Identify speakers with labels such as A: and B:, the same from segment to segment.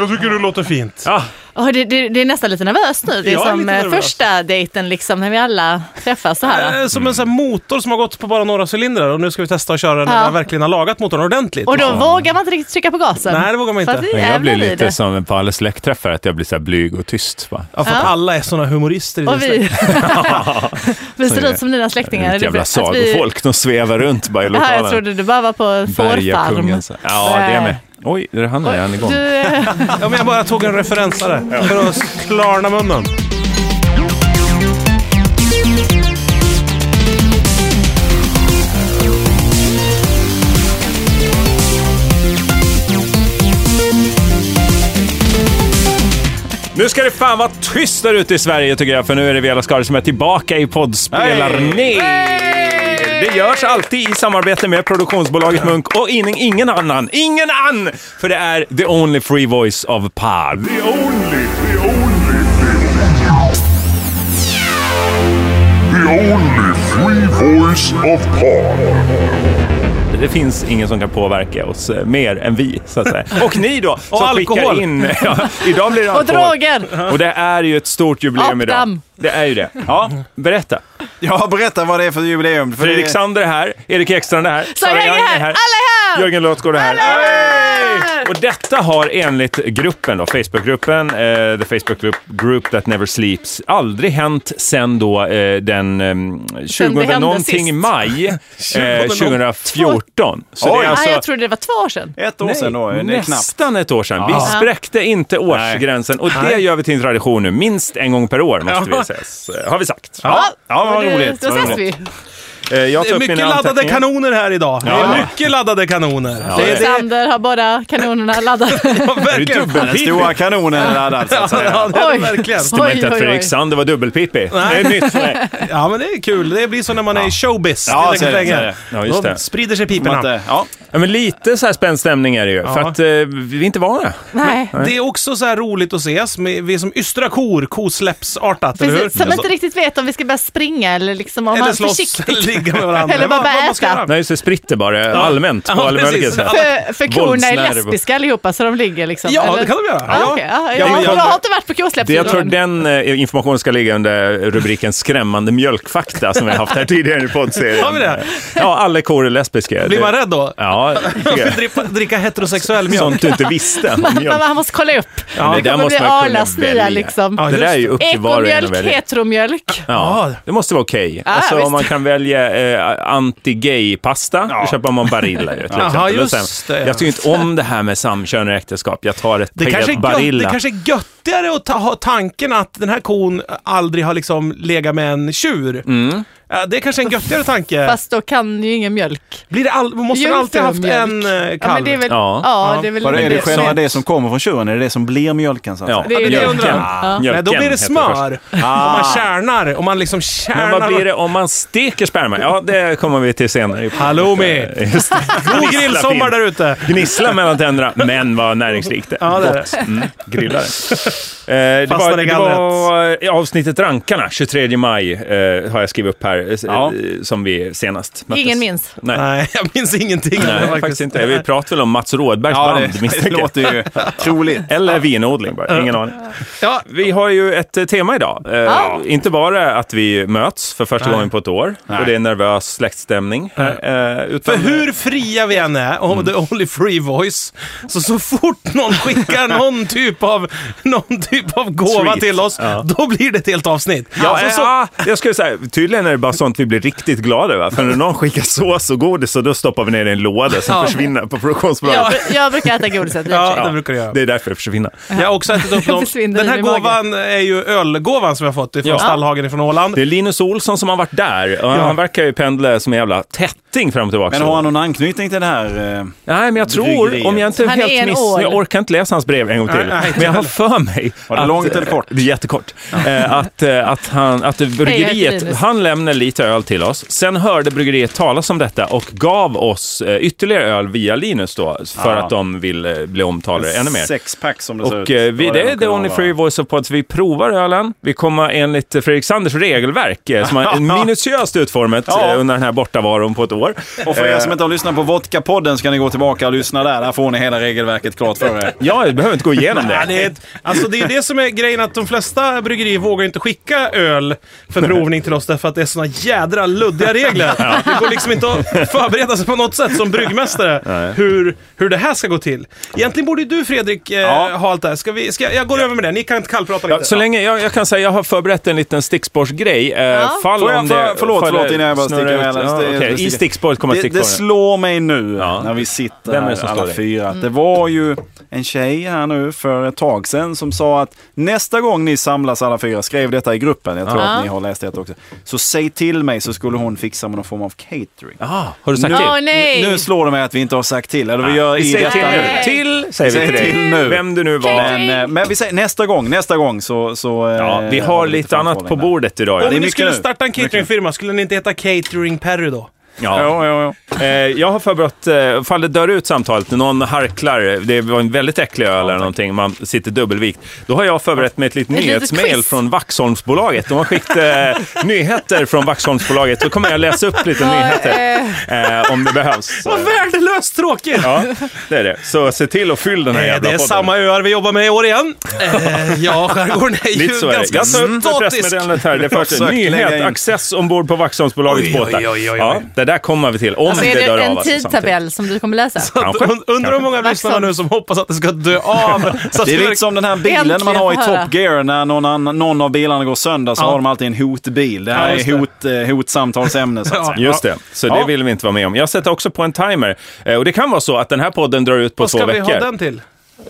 A: jag tycker det låter fint.
B: Ja,
C: Åh, det, det, det är nästan lite nervöst nu. Det är
B: Jag är
C: som
B: lite
C: eh,
B: nervös.
C: första dejten liksom, när vi alla träffas så här.
B: eh, som en sån här motor som har gått på bara några cylindrar och nu ska vi testa att köra den
C: Ja.
B: när vi verkligen har lagat motorn ordentligt.
C: Och då vågar man inte riktigt trycka på gasen.
B: Nej, det vågar man
C: För
B: inte.
C: att vi
D: Men jag
C: jävlar
D: blir
C: i det.
D: lite som på alla släktträffar, att jag blir så här blyg och tyst. Va?
B: Ja, för att
C: Ja.
B: alla är såna humorister i
C: Och vi, vi
D: Så
C: ser
D: är
C: ut som dina släktingar.
D: Ett jävla
C: Att vi-
D: sagofolk, de svävar runt bara i
C: Det här, jag
D: lokalen.
C: trodde du bara var på fårfarm.
D: Bergakungen. så här. Ja, det är med. Oj, är det han nu? Är han igång?
C: Du, eh,
B: Ja, men jag bara tog en referensare för att klarna munnen.
D: Nu ska det fan vara tyst där ute i Sverige tycker jag, för nu är det Vela Skari som är tillbaka i poddspelarni. Det görs alltid i samarbete med produktionsbolaget Munk och in, ingen annan, ingen annan! För det är the only free voice of pod.
E: The only, the only, the only free voice of Pod.
D: Det finns ingen som kan påverka oss eh, mer än vi, så att säga. Och ni då, som
B: alkohol.
D: skickar in... Ja, idag blir det
C: och
D: alkohol. Uh-huh.
C: droger!
D: Och det är ju ett stort jubileum idag.
C: Apdamm.
D: Det är ju det. Ja, berätta.
F: Ja, berätta vad det är för jubileum. För
D: Fredrik
B: Eh.
F: det-
D: Sander är här, Erik Ekstrand är här,
C: Sara Hägg är här! Alla är här!
D: Jörgen Lötgård är här.
C: här!
D: Hey! Och detta har enligt gruppen, då, Facebookgruppen, eh, the Facebook group, group that never sleeps, aldrig hänt sen då eh, den eh, 20
C: hände
D: någonting
C: sist.
D: maj eh, 2014. Så det är
C: Nej, jag
D: alltså
C: trodde det var två år sedan.
F: Ett år sedan då, det är knappt.
D: nästan ett år sedan. Vi spräckte inte årsgränsen och det gör vi till en tradition nu. Minst en gång per år måste vi ses, eh, har vi sagt. Ja, ja vad
C: Och det-
D: roligt.
C: Då
D: vad
C: ses
D: roligt.
C: vi.
D: Eh, Jag
B: Det
D: tar
B: är
D: upp mina
B: mycket laddade
D: anteckningar.
B: kanoner här idag. Det
D: Ja.
B: är mycket laddade kanoner.
D: det är-
C: Sander har båda kanonerna laddade.
D: Det är
B: Verkligen.
F: Den
D: dubbelpipigt.
F: stora alltså. kanonen är laddad så att säga.
B: Ja, det är det
C: Oj.
B: verkligen.
D: Det var inte
C: Oj,
D: att
C: oj,
D: Fredrik
C: oj.
D: Sander var dubbelpipig. Det är nytt för mig.
B: Ja, men det är kul. Det blir så när man är i showbiz.
F: Ja,
B: Det
F: så är det,
B: länge.
F: så är det.
D: Ja, just
B: Då
D: det.
B: sprider sig
F: Om
B: piporna.
F: att, eh, Ja.
D: Ja, men lite så här spänd stämning är det ju, för att eh, vi är inte vana.
C: Nej,
B: Det är också så här roligt att ses. med- Vi är som ystra kor, kosläppsartat, eller hur?
C: precis. Som inte riktigt vet om vi ska börja springa eller liksom om
B: eller
C: man
B: slåss,
C: försiktigt.
B: ligga med varandra.
C: Eller bara
B: Vad- vad man ska
C: äta.
B: göra.
D: Nej, just det, spritter bara allmänt på
B: Ja,
D: all möjlig
B: precis.
D: sätt.
C: För, för korna är
D: Våldsnerv.
C: lesbiska allihopa så de ligger liksom.
B: Ja,
C: eller?
B: det kan de göra.
C: Ja, okej. ja,
B: Ja,
C: jag,
B: men jag-
C: jag har inte varit på
D: Det jag tror
C: kosläppssyndrom.
D: den eh, informationen ska ligga under rubriken skrämmande mjölkfakta som vi har haft här tidigare i poddserien.
B: Har vi det?
D: Ja, alla kor är lesbiska.
B: Blir man rädd då?
D: Ja, det är-
B: Dricka, dricka heterosexuell mjölk.
D: sånt du inte visste om
C: Man,
D: mjölk.
C: man måste kolla upp.
D: det där
C: kommer
D: måste
C: bli
D: man kunna
C: Arlas nya,
D: välja.
C: liksom.
D: Det där är ju upp till var och en att
C: Ekomjölk,
D: välja.
C: heteromjölk.
D: Ja, det måste vara okej. alltså
C: visst.
D: om man kan välja eh, anti-gay-pasta, då köper man Barilla ju, till
B: Jaha,
D: exempel. Och
B: just det.
D: Jag tycker inte om det här med samkönade äktenskap. Jag tar ett
B: Det
D: paket
B: kanske, är gött, det
D: Barilla.
B: kanske är göttigare att ta, ha tanken att den här kon aldrig har liksom legat med en tjur.
D: Mm.
B: Ja, det är kanske är en göttigare tanke.
C: Fast då kan ju ingen mjölk.
B: Blir det all, måste den alltid haft en
C: Jungfrumjölk.
B: eh, kalv?
C: Ja, men det är väl,
D: Ja.
C: ja. det är väl
F: Vad är det
C: som
F: själva det som kommer från tjuren? Är det det som blir mjölken så att
D: Ja,
F: säga?
C: Det är ju det.
D: mjölken.
C: Ja.
D: Mjölken
B: Nej, då blir det
D: heter först. Ah.
B: smör. Om man kärnar. Om man liksom kärnar.
D: Men vad blir det om man steker sperma? Ja, det kommer vi till senare. i podden.
B: Halloumi.
D: Just det.
B: God
D: Gnissla
B: grillsommar
D: fint.
B: där ute.
D: Gnissla mellan tänderna, men vad näringsrikt det
B: Ja, det är det.
D: Mm, grillar det. Eh, det, var,
B: Fastnar i
D: det
B: gallret.
D: var eh, avsnittet Rankarna, 23 maj, eh, har jag skrivit upp här, eh, eh, som vi senast möttes.
C: Ingen minns.
D: Nej.
B: Nej, jag minns ingenting.
D: Nej, faktiskt, inte. Vi pratar väl om Mats Rådbergs
F: Ja,
D: band,
F: det, det
D: misstänker jag.
F: låter ju troligt.
D: Eller vinodling bara, ingen aning.
B: Ja.
D: Vi har ju ett eh, tema idag. Eh, Inte bara att vi möts för första gången på ett år och det är nervös släktstämning. Eh, Mm. utan
B: För hur fria vi än är, om the only free voice, så så fort någon skickar någon typ av, någon typ av gåva
D: Treat.
B: till oss, då blir det ett helt avsnitt.
D: Ja,
B: Alltså,
D: eh,
B: så,
D: ah, jag skulle säga, tydligen är det bara sånt vi blir riktigt glada över. För när någon skickar sås och godis och då stoppar vi ner det i en låda som försvinner på
C: Jag,
D: produktionsbolaget.
C: jag brukar äta godiset i och för
B: ja,
C: sig.
B: det brukar jag göra.
D: Det är därför det försvinner.
B: Jag har också ätit upp dem.
C: försvinner
B: Den här
C: i magen.
B: gåvan är ju ölgåvan som jag fått ifrån
D: Ja.
B: Stallhagen ifrån Åland.
D: Det är Linus Olsson som har varit där och han verkar ju pendla som en jävla tätting fram och tillbaka.
F: Men har han någon anknytning till det här? eh,
D: Nej, men jag tror,
F: Bryggeriet.
D: om jag inte
C: Han är
D: helt
C: en
D: miss...
C: ål.
D: Jag orkar inte läsa hans brev en gång till.
B: Nej, nej, inte
D: men jag har för mig...
F: Var det långt eller kort?
D: Det är jättekort. Eh, Att, eh, att, han, att bryggeriet,
C: Linus.
D: han lämnar lite öl till oss. Sen hörde bryggeriet talas om detta och gav oss eh, ytterligare öl via Linus då, för
F: Ah.
D: att de vill eh, bli omtalare ännu mer.
F: Sexpack som det ser ut.
D: Och eh, vi,
F: Vad
D: det är
F: nog
D: The
F: kan
D: Only
F: vara.
D: Free Voice of Pods. Vi provar ölen. Vi kommer enligt eh, Fredrik Sanders regelverk, eh, som är minutiöst utformat
F: Ja.
D: eh, under den här bortavaron på ett år. Eh,
F: Och för er som inte har lyssnat på Vodka-podden så kan ni gå tillbaka och lyssna där. Där får ni hela regelverket klart för er.
D: Ja, vi behöver inte gå igenom det.
B: Ja, det, är ett, alltså det är det som är grejen, att de flesta bryggerier vågar inte skicka öl för provning till oss därför att det är såna jädra luddiga regler. Det går liksom inte att förbereda sig på något sätt som bryggmästare hur, hur det här ska gå till. Egentligen borde ju du Fredrik eh, ha allt det här. Ska vi, ska, jag går över med det, ni kan inte kallprata
D: Ja,
B: lite.
D: så länge, jag, jag kan säga jag har förberett en liten stickspårsgrej. Eh, Fall
F: Får jag-
D: om
F: får-
D: det...
F: förlåt,
D: fall det
F: förlåt, innan jag bara
D: snurrar
F: sticker med
D: ut.
F: den.
D: Ja,
F: Det-
D: okej,
F: det
D: I
F: sticker-
D: stickspåret kommer
F: Det, det
D: stickspåren.
F: slår mig nu
D: Ja.
F: när vi sitter
D: Vem är det
F: här
D: som Mm.
F: alla
D: slår dig?
F: fyra. att Det var ju en tjej här nu för ett tag sedan som sa att nästa gång ni samlas alla fyra, skrev detta i gruppen, jag tror
C: Ja.
F: att ni har läst det också, så säg till mig så skulle hon fixa med någon form av catering.
D: Ah, har du sagt
F: Nu-
D: till?
C: Åh, nej.
F: Nu slår det mig att vi inte har sagt till. Eller vi gör
D: vi
F: i
D: säger
F: detta
D: till
F: nu.
D: nu. Till säger vi
F: Säg
D: till,
F: till
D: dig.
F: nu.
D: Vem du nu var.
F: Men, eh, men vi säger nästa gång, nästa gång så... så eh,
D: ja, vi har lite annat på
F: framförhållning där.
D: bordet idag.
B: Om
D: Ja.
F: är
B: ni
F: mycket
B: skulle
F: nu.
B: starta en cateringfirma, skulle ni inte heta Catering Perry då?
D: Ja.
F: Ja, ja, ja.
D: Eh, jag har förberett, eh, ifall det dör ut samtalet, någon harklar, det var en väldigt äcklig öl eller någonting, man sitter dubbelvikt. Då har jag förberett mig ett litet
C: litet
D: nyhetsmail
C: quiz.
D: från Vaxholmsbolaget. De har skickat eh, nyheter från Vaxholmsbolaget. Då kommer jag läsa upp lite nyheter eh, om det behövs.
B: Vad värdelöst tråkigt!
D: Ja, det är det. Så se till att fylla den här
B: Eh,
D: jävla
B: Det är
D: podden.
B: samma öar vi jobbar med i år igen. Eh, Ja, skärgården är ju
D: Lite så är det.
B: ganska
D: Jag tar upp det
B: statisk.
D: pressmeddelandet här. Det
F: Jag
D: första.
F: försökte lägga
D: Nyhet,
F: in.
D: access ombord på Vaxholmsbolagets
B: Oj, oj,
D: båtar.
B: oj, oj, oj.
D: Ja, det där kommer vi till. Om
C: Alltså är
D: det dör
C: det
D: av
C: en
D: alltså samtidigt.
C: tidtabell som du kommer läsa?
D: Kanske.
B: Und- Undrar hur många lyssnare nu som hoppas att det ska dö av. Så att
F: Det är
B: verkligen-
F: lite som den här bilen
C: Äntligen
F: man har i
C: få höra.
F: Top Gear. När någon, annan, någon av bilarna går sönder så
B: Ja.
F: har de alltid en hotbil. Det här
B: Ja,
F: är
B: just
F: hot, eh, hotsamtalsämne så att
B: Ja.
F: säga.
D: Just det, så det
F: Ja.
D: vill vi inte vara med om. Jag sätter också på en timer. Eh, Och det kan vara så att den här podden drar ut på
B: Vad
D: två
B: ska vi
D: veckor.
B: ha den till?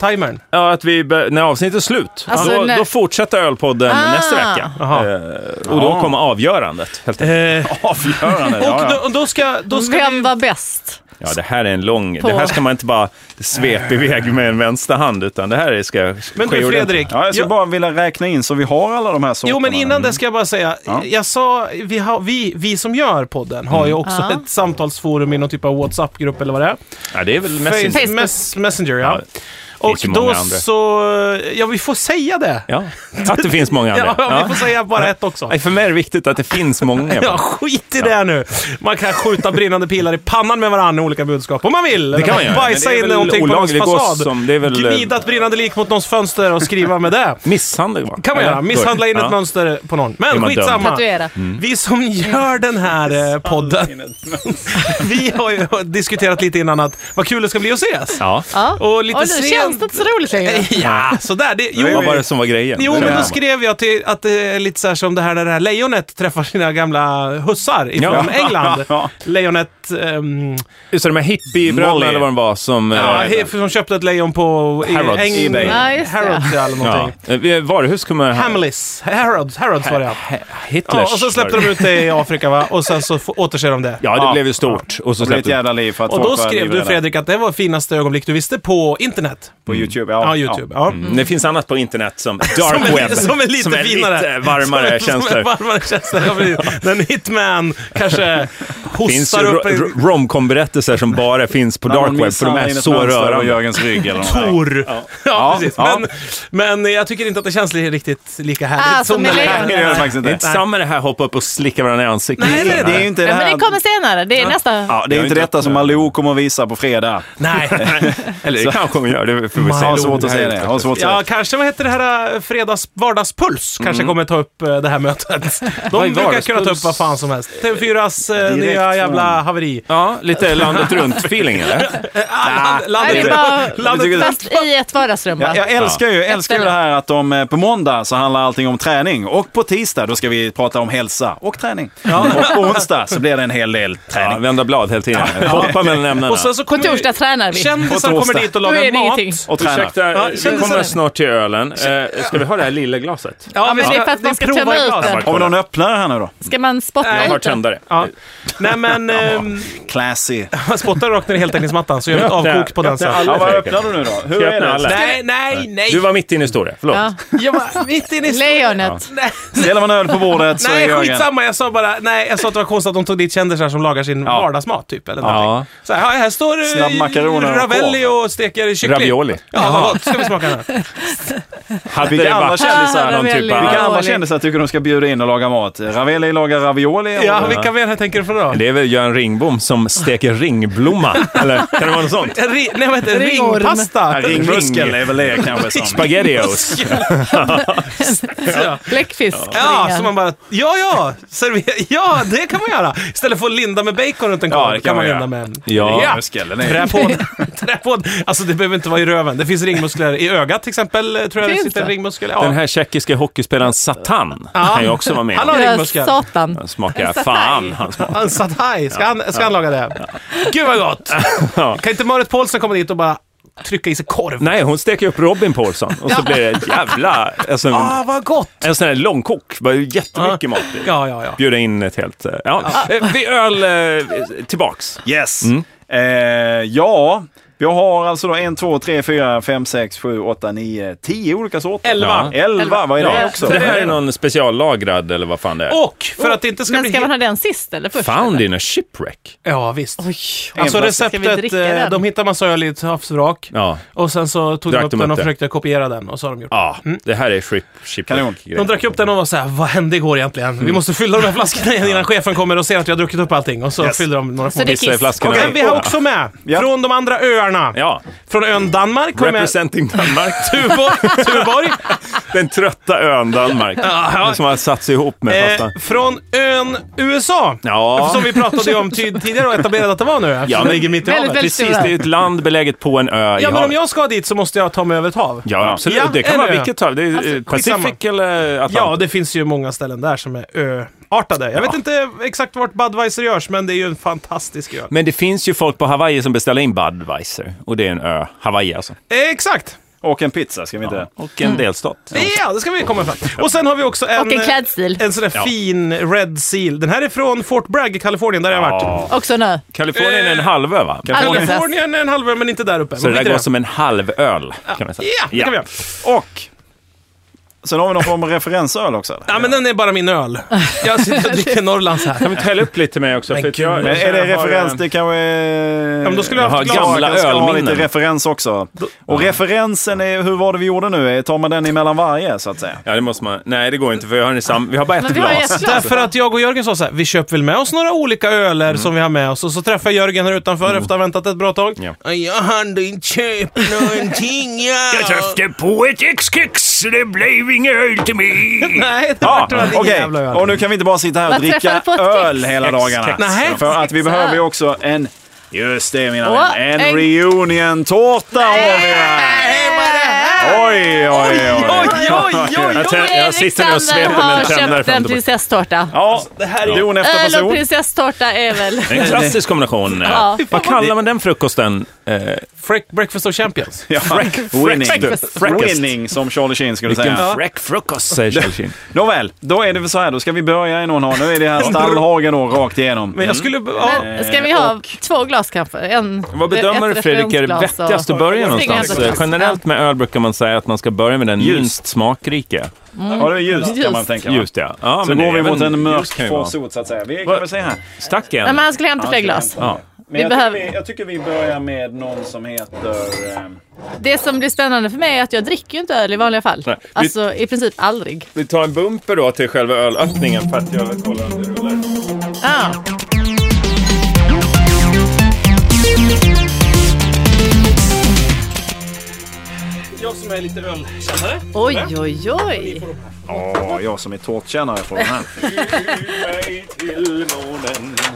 B: Timern?
D: Ja, att vi, be- när avsnittet är slut,
C: Alltså,
D: då,
C: när-
D: då fortsätter Ölpodden
C: Ah.
D: nästa vecka.
B: Jaha. Ah. Eh.
D: Eh, Och då kommer avgörandet. Helt enkelt.
F: Avgörande.
B: och
F: Ja,
B: då,
F: ja.
B: och då ska, då ska
C: Vem
B: vi...
C: var bäst?
D: Ja, det här är en lång...
C: På-
D: Det här ska man inte bara svepa iväg med en vänster hand, utan det här ska
B: Men
D: ske
B: du
D: ordentligt.
B: Fredrik.
F: ja, jag skulle
B: jag-
F: bara vilja räkna in så vi har alla de här sorterna.
B: Jo, men innan det ska jag bara säga. Jag sa, vi, har, vi, vi som gör podden har ju också
C: Ja.
B: ett samtalsforum i någon typ av WhatsApp-grupp eller vad det är.
D: Ja, det är väl mest...
B: Face-
D: intressant.
C: Facebook.
B: Mess- Messenger, ja.
D: Ja,
B: och
D: finns ju
B: då
D: många andra.
B: så... Ja, vi får säga det.
D: Ja, att det finns många andra.
B: Ja, vi får säga bara ett också.
D: Nej, för mig är det viktigt att det finns många.
B: Ja, skit i det nu. Man kan skjuta brinnande pilar i pannan med varandra i olika budskap om man vill.
D: Det kan man göra. Men
B: Bajsa
D: det är
B: in
D: väl
B: någonting på någons
D: olagligt. Det går
B: fasad.
D: som- det är väl-
B: Gnida ett brinnande lik mot någons fönster och skriva med det.
D: Misshandel, va?
B: kan man göra.
D: Ja,
B: Misshandla in
D: ja.
B: ett mönster på någon.
D: Är
B: Men
D: man Mm.
B: skitsamma.
C: Tatuera.
B: Vi som gör den här eh, podden, vi har ju diskuterat lite innan att vad kul det ska bli att ses.
D: Ja.
C: Ja.
B: Och lite
C: nu
B: sent-
C: känns det inte så roligt längre.
B: Ja, sådär. Det, jo,
D: Vad var det som var grejen?
B: Jo, men
F: Ja.
B: då skrev jag till att det är lite så här som det här när det här lejonet träffar sina gamla hussar ifrån
D: Ja.
B: England.
F: Ja.
B: Lejonet... ehm,
D: Just det, de här hippiebröderna
F: Molly.
D: eller vad de var som...
B: ja,
D: eh,
B: he- som köpte ett lejon på... i-
D: Harrods.
B: Eng-
F: eBay.
C: Ja, just det.
B: Harrods, ja, eller
D: ja.
B: någonting.
D: Eh, Varuhus kommer...
B: Hamleys. Harrods, Harrods var det ja.
D: Hitlers.
B: ja. Och så släppte de ut det i Afrika va? Och sen så f- återser de det.
D: Ja, det
F: Ja.
D: blev ju stort. Och så
F: Det blir ett
D: släppte
F: jävla liv för att
B: Och då
F: folk var
B: skrev du
F: livrädda.
B: Fredrik att det var finaste ögonblick du visste på internet.
F: På YouTube.
B: Mm. Ja, YouTube. Ja.
D: Mm. Det finns annat på internet som dark
B: Som är,
D: web.
B: som är lite finare.
D: lite varmare
B: som är, Som är
D: tjänster.
B: varmare tjänster. Ja, precis. Den hitman kanske
D: Det finns ju
B: hostar upp en...
D: ro- romcom-berättelser som bara finns på
F: När någon
D: dark web, för de
F: misshandlar
D: är
F: in ett
D: så
F: mönster över
D: rörande.
F: Jörgens rygg eller något sånt där.
B: Tor! Ja,
F: Ja,
B: precis.
F: ja.
B: Men, men jag tycker inte att det känns li- riktigt lika härligt
C: Ah, som med
B: det
C: lejonet.
B: här.
F: Det gör det faktiskt
D: Det är
F: inte.
D: inte samma det här hoppa upp och slicka varandra i ansiktet.
B: Nej,
F: Det är ju inte det
C: Ja, men
F: här...
C: det kommer senare. Det är nästa.
F: Ja, det
D: Jag
F: är
D: har
F: inte
D: inte
F: detta
D: haft
F: som
D: det.
F: Malou kommer att visa på fredag.
B: Nej.
D: Eller det kanske hon gör, det får vi
F: Jag har
D: se.
F: svårt att säga det. Jag har svårt att säga
B: Ja,
F: det.
B: kanske vad heter det här eh, fredags vardagspuls kanske kommer ta upp eh, det här mötet.
D: Vad är
B: De brukar kunna ta upp
D: vardagspuls?
B: vad fan som helst. TV4s eh,
F: Direkt
B: nya
F: från-
B: jävla haveri.
D: Ja, lite landet runt-feeling eller?
B: Ah,
C: Nej,
B: landet,
C: det är bara-
B: landet,
C: Fast i ett vardagsrum va?
F: Jag, jag älskar ju, älskar ju
C: ställe.
F: det här att de, eh, på måndag så handlar allting om träning och på tisdag då ska vi prata om hälsa och träning. Och på onsdag så blir det en hel del
D: Ja,
F: träning.
D: vända blad hela tiden. Hoppa mellan ämnena.
B: och sen så
C: På
B: kommer
C: torsdag tränar vi.
B: kändisar
F: På
B: kommer
F: torsdag.
B: dit och
C: Då är
B: lagar
C: det
B: mat.
C: ingenting.
B: Precis.
F: och tränar.
D: Ursäkta,
B: Ja,
D: vi
B: kändes
D: kommer
B: det?
D: snart till ölen. Eh, ska vi ha det här lilla glaset?
B: Ja,
C: men det är för att
B: vi
C: man ska
B: provar
C: tömma ut
B: glasen.
C: den.
F: Har vi någon öppnare här nu då?
C: Ska man spotta
D: Jag har
C: ut den?
D: tändare.
B: Ja. Nej men, ehm,
F: Classy.
B: man spottar rakt ner i heltäckningsmattan så gör vi ett
D: Öppna-
B: avkok på den
D: öppna
B: sen.
D: alla.
F: Ja, vad öppnar du nu då? Hur
D: Ska jag
F: är
D: öppna alla?
F: det?
B: Nej, nej, nej!
D: Du var mitt i en historia, förlåt.
C: Ja.
B: Jag var mitt inne i...
C: Lejonet.
B: Nej,
F: Ställer man öl på bordet så
B: nej
F: är Jörgen...
B: skitsamma. Jag sa bara, nej, jag sa att det var konstigt att de tog dit kändisar som lagar sin vardagsmat typ. Eller
D: Ja.
B: ja. Så här, ja, här står eh,
F: Snabbmakaroner och
B: Ravelli
F: korv.
B: och steker kyckling.
D: Ravioli.
B: Ja, vad gott. Ska vi smaka den?
D: Hade
F: Vilka
D: det
F: andra
D: varit
F: kändisar?
D: någon typ
C: Vilka
F: Vilka
D: av...
F: andra
C: Ravioli.
F: kändisar tycker du ska bjuda in och laga mat? Ravioli lagar ravioli? och-
B: Ja, vilka mer tänker du på då?
D: Det är väl Göran Ringbom som steker ringblomma? Eller kan det vara något sånt?
B: Ri, nej, vad heter det?
C: Ringorm.
B: Ringpasta.
F: Ringmuskel är väl det kanske som...
D: Spaghettios.
C: Bläckfisk.
B: Ja,
C: ringar.
B: så man bara, ja, ja, server, ja, det kan man göra. Istället för att linda med bacon runt en korv
F: Ja, det
B: kan,
F: kan
B: man
F: man
B: linda
F: göra.
B: med en...
D: Ja.
F: Ringmuskel, den är...
B: Trä på, den. trä på. den. Alltså det behöver inte vara i röven. Det finns ringmuskler i ögat till exempel. Tror jag det
C: Finns
B: sitter en
C: det?
B: ringmuskel. Ja.
D: Den här tjeckiska hockeyspelaren Satan kan ju också vara med.
B: Han har-
C: Ja,
B: ringmuskel.
C: Satan.
D: Han smakar fan. Han smakar.
B: Han satt haj. Ska, han, ska han laga det? Gud vad gott!
D: Ja.
B: Kan inte Marit Paulsen komma dit och bara trycka i sig korv?
D: Nej, hon steker upp Robin Paulsson och så blir det ett jävla... Alltså,
B: Ah, vad gott!
D: en sån här långkok. Det var ju jättemycket mat i.
B: Ja, ja, ja.
D: Bjuda in ett helt... eh, Ja. Eh, Vi öl eh, tillbaks.
F: Yes. Eh, ja, vi har alltså då en, två, tre, fyra, fem, sex, sju, åtta, nio, tio olika sorter.
B: Elva.
F: Ja. Elva, vad är det
D: Ja,
F: också?
D: det här är någon speciallagrad eller vad fan det är.
B: Och för att det inte ska
C: Men
B: bli...
C: ska man
B: he-
C: ha den sist eller först?
D: Found in a shipwreck.
B: Ja, visst.
C: Oj.
B: Alltså
F: Ska vi
B: receptet,
C: dricka
B: eh,
C: den?
B: de hittar massa öl i ett havsvrak.
D: Ja.
B: Och sen så tog
D: Drack
B: de upp
D: de
B: den
D: upp
B: och
D: det?
B: försökte kopiera den och så har de gjort.
D: Ja, det här är ship, shipwreck.
F: Kanon.
B: Mm. De drack upp den och var såhär, vad hände igår egentligen? Vi
D: Mm.
B: måste fylla de här flaskorna igen innan chefen kommer och ser att vi har druckit upp allting. Och så
F: Yes.
B: fyllde de några
C: Så
B: få.
C: det är
D: Vissa i
C: kiss.
D: flaskorna.
B: Okej, vi har också med,
F: Ja.
B: från de andra öarna.
D: Ja,
B: Från ön Danmark har vi med
D: representing Danmark.
B: Tuborg. Tuborg.
D: Den trötta ön Danmark.
B: Ja, ja.
D: Som har satt sig ihop med
B: Eh,
D: fasta.
B: från ön USA.
D: Ja.
B: Som vi pratade ju om ty- tidigare och etablerade att det var nu. eftersom
D: Ja, men-
B: det ligger mitt i
C: Väldigt,
B: havet.
C: väldigt
D: Precis, det
C: stora.
D: är ju ett land beläget på en ö i
B: Ja, men om
D: havet.
B: jag ska dit så måste jag ta mig över ett hav.
D: Ja, absolut.
B: Ja,
D: det kan
B: en
D: vara
B: ö.
D: vilket hav. Det är eh,
B: skitsamma.
D: Pacific eller Atlantic.
B: Ja, det finns ju många ställen där som är öartade. Jag vet inte exakt vart Budweiser görs, men det är ju en fantastisk ö.
D: Men det finns ju folk på Hawaii som beställer in Budweiser. Och det är en ö. Hawaii alltså.
B: Eh, exakt!
F: Och en pizza, ska vi inte...
D: Och
B: Mm.
D: en delstat.
B: Ja, det ska vi komma fram Och sen har vi också en,
C: Och en klädstil.
B: en sån där fin Red Seal. Den här är från Fort Bragg i Kalifornien, där jag har varit.
C: Också nu.
D: Kalifornien är en halvö, va?
C: Alldeles.
B: Kalifornien är en halvö, men inte där uppe.
D: Så det
B: Men
D: där
B: skit i
D: går som en halvöl, kan man säga.
B: Ja, det kan vi göra.
F: Och... Sen har vi någon form av referensöl också. Eller?
B: Ja, men den är bara min öl. Jag sitter och dricker Norrlands här.
D: Kan vi inte hälla upp lite med också?
B: Men
D: För att jag,
B: gud.
F: Men är
D: jag
F: det
D: har,
F: referens?
D: eh,
F: Det kanske... Ja,
B: men då skulle jag
D: ha haft gamla
F: jag ska ha
D: ölminnen.
F: lite referens också. Och referensen är, hur var det vi gjorde nu? Tar man den emellan varje, så att säga?
D: Ja, det måste man. Nej, det går inte för jag har en sam... Vi har bara ett
C: Men vi har
D: glas.
C: ett glas.
B: Därför att jag och Jörgen sa så här, vi köper väl med oss några olika öler
D: Mm.
B: som vi har med oss. Och så träffar jag Jörgen här utanför efter att ha väntat ett bra tag.
D: Ja.
B: "Ja, Jag hann inte köpa någonting, ja.
D: på ett X-kex, det blev inget öl till mig.
B: Nej, det
F: Ja,
B: vart väl ingen
F: okej.
B: jävla öl.
F: Och nu kan vi inte bara sitta här och
C: Vad
F: dricka
C: träffar du på ett
F: öl
C: kex?
F: hela
D: Kex,
F: dagarna.
D: kex.
B: Nähär.
F: För att vi
C: Kex,
F: behöver ju
C: öl.
F: också en... Just det, mina
C: Åh,
F: vänner. En,
C: en-
F: reunion-tårta har vi här. Oj, oj, oj.
B: Oj, oj, oj, oj!
D: Jag, tän- jag sitter nu och sveper med
C: Alexander har
D: tänder
C: köpt
D: fram
C: en
D: och tillbaka.
C: prinsesstårta.
F: Ja, det här är don efter
C: Öl och
F: person.
C: prinsesstårta är väl...
D: En klassisk kombination.
C: Ja.
D: Vad kallar man den frukosten? Eh,
B: Freak Breakfast of Champions.
F: Ja. Winning.
D: Breakfast.
F: Winning, som Charlie Sheen skulle
D: Vilken
F: säga.
D: fräck frukost, säger Kjell
F: Nåväl, då är det väl så här. Då ska vi börja i någon här. Nu är det här stallhagen då, rakt igenom.
D: Mm.
B: Men jag skulle... Ja.
C: Men Ska vi ha två glas kanske? En,
D: Vad bedömer
C: ett
D: du Fredrik är
C: referensglas och-
D: vettigast att börja någonstans?
C: Springer jag på plats.
D: Generellt med öl brukar man säga att man ska börja med den
F: Ljust.
D: minst smakrika.
F: Ja, det är ljust kan man
C: Ljust.
F: tänka. va?
D: Ljust ja. ja
F: Så
D: men
F: går vi
D: även
F: mot en mörk
D: ljus kan ju vara.
F: farsot så att säga. Vi
D: Vad-
F: kan väl säga här.
D: Stack
C: Nej,
D: igen.
C: men han skulle hämta fler glas.
D: Ja.
F: Men jag,
C: behöver-
F: tycker vi, jag tycker vi börjar med någon som heter... ehm,
C: Det som blir spännande för mig är att jag dricker ju inte öl i vanliga fall.
D: Nej. Vi-
C: Alltså i princip aldrig.
D: Vi tar en bumper då till själva ölöppningen för att jag kollar om det rullar.
C: Ah.
B: Jag som är lite ölkännare.
C: Oj, oj, oj.
F: Ja, jag som är tårtkännare får den här.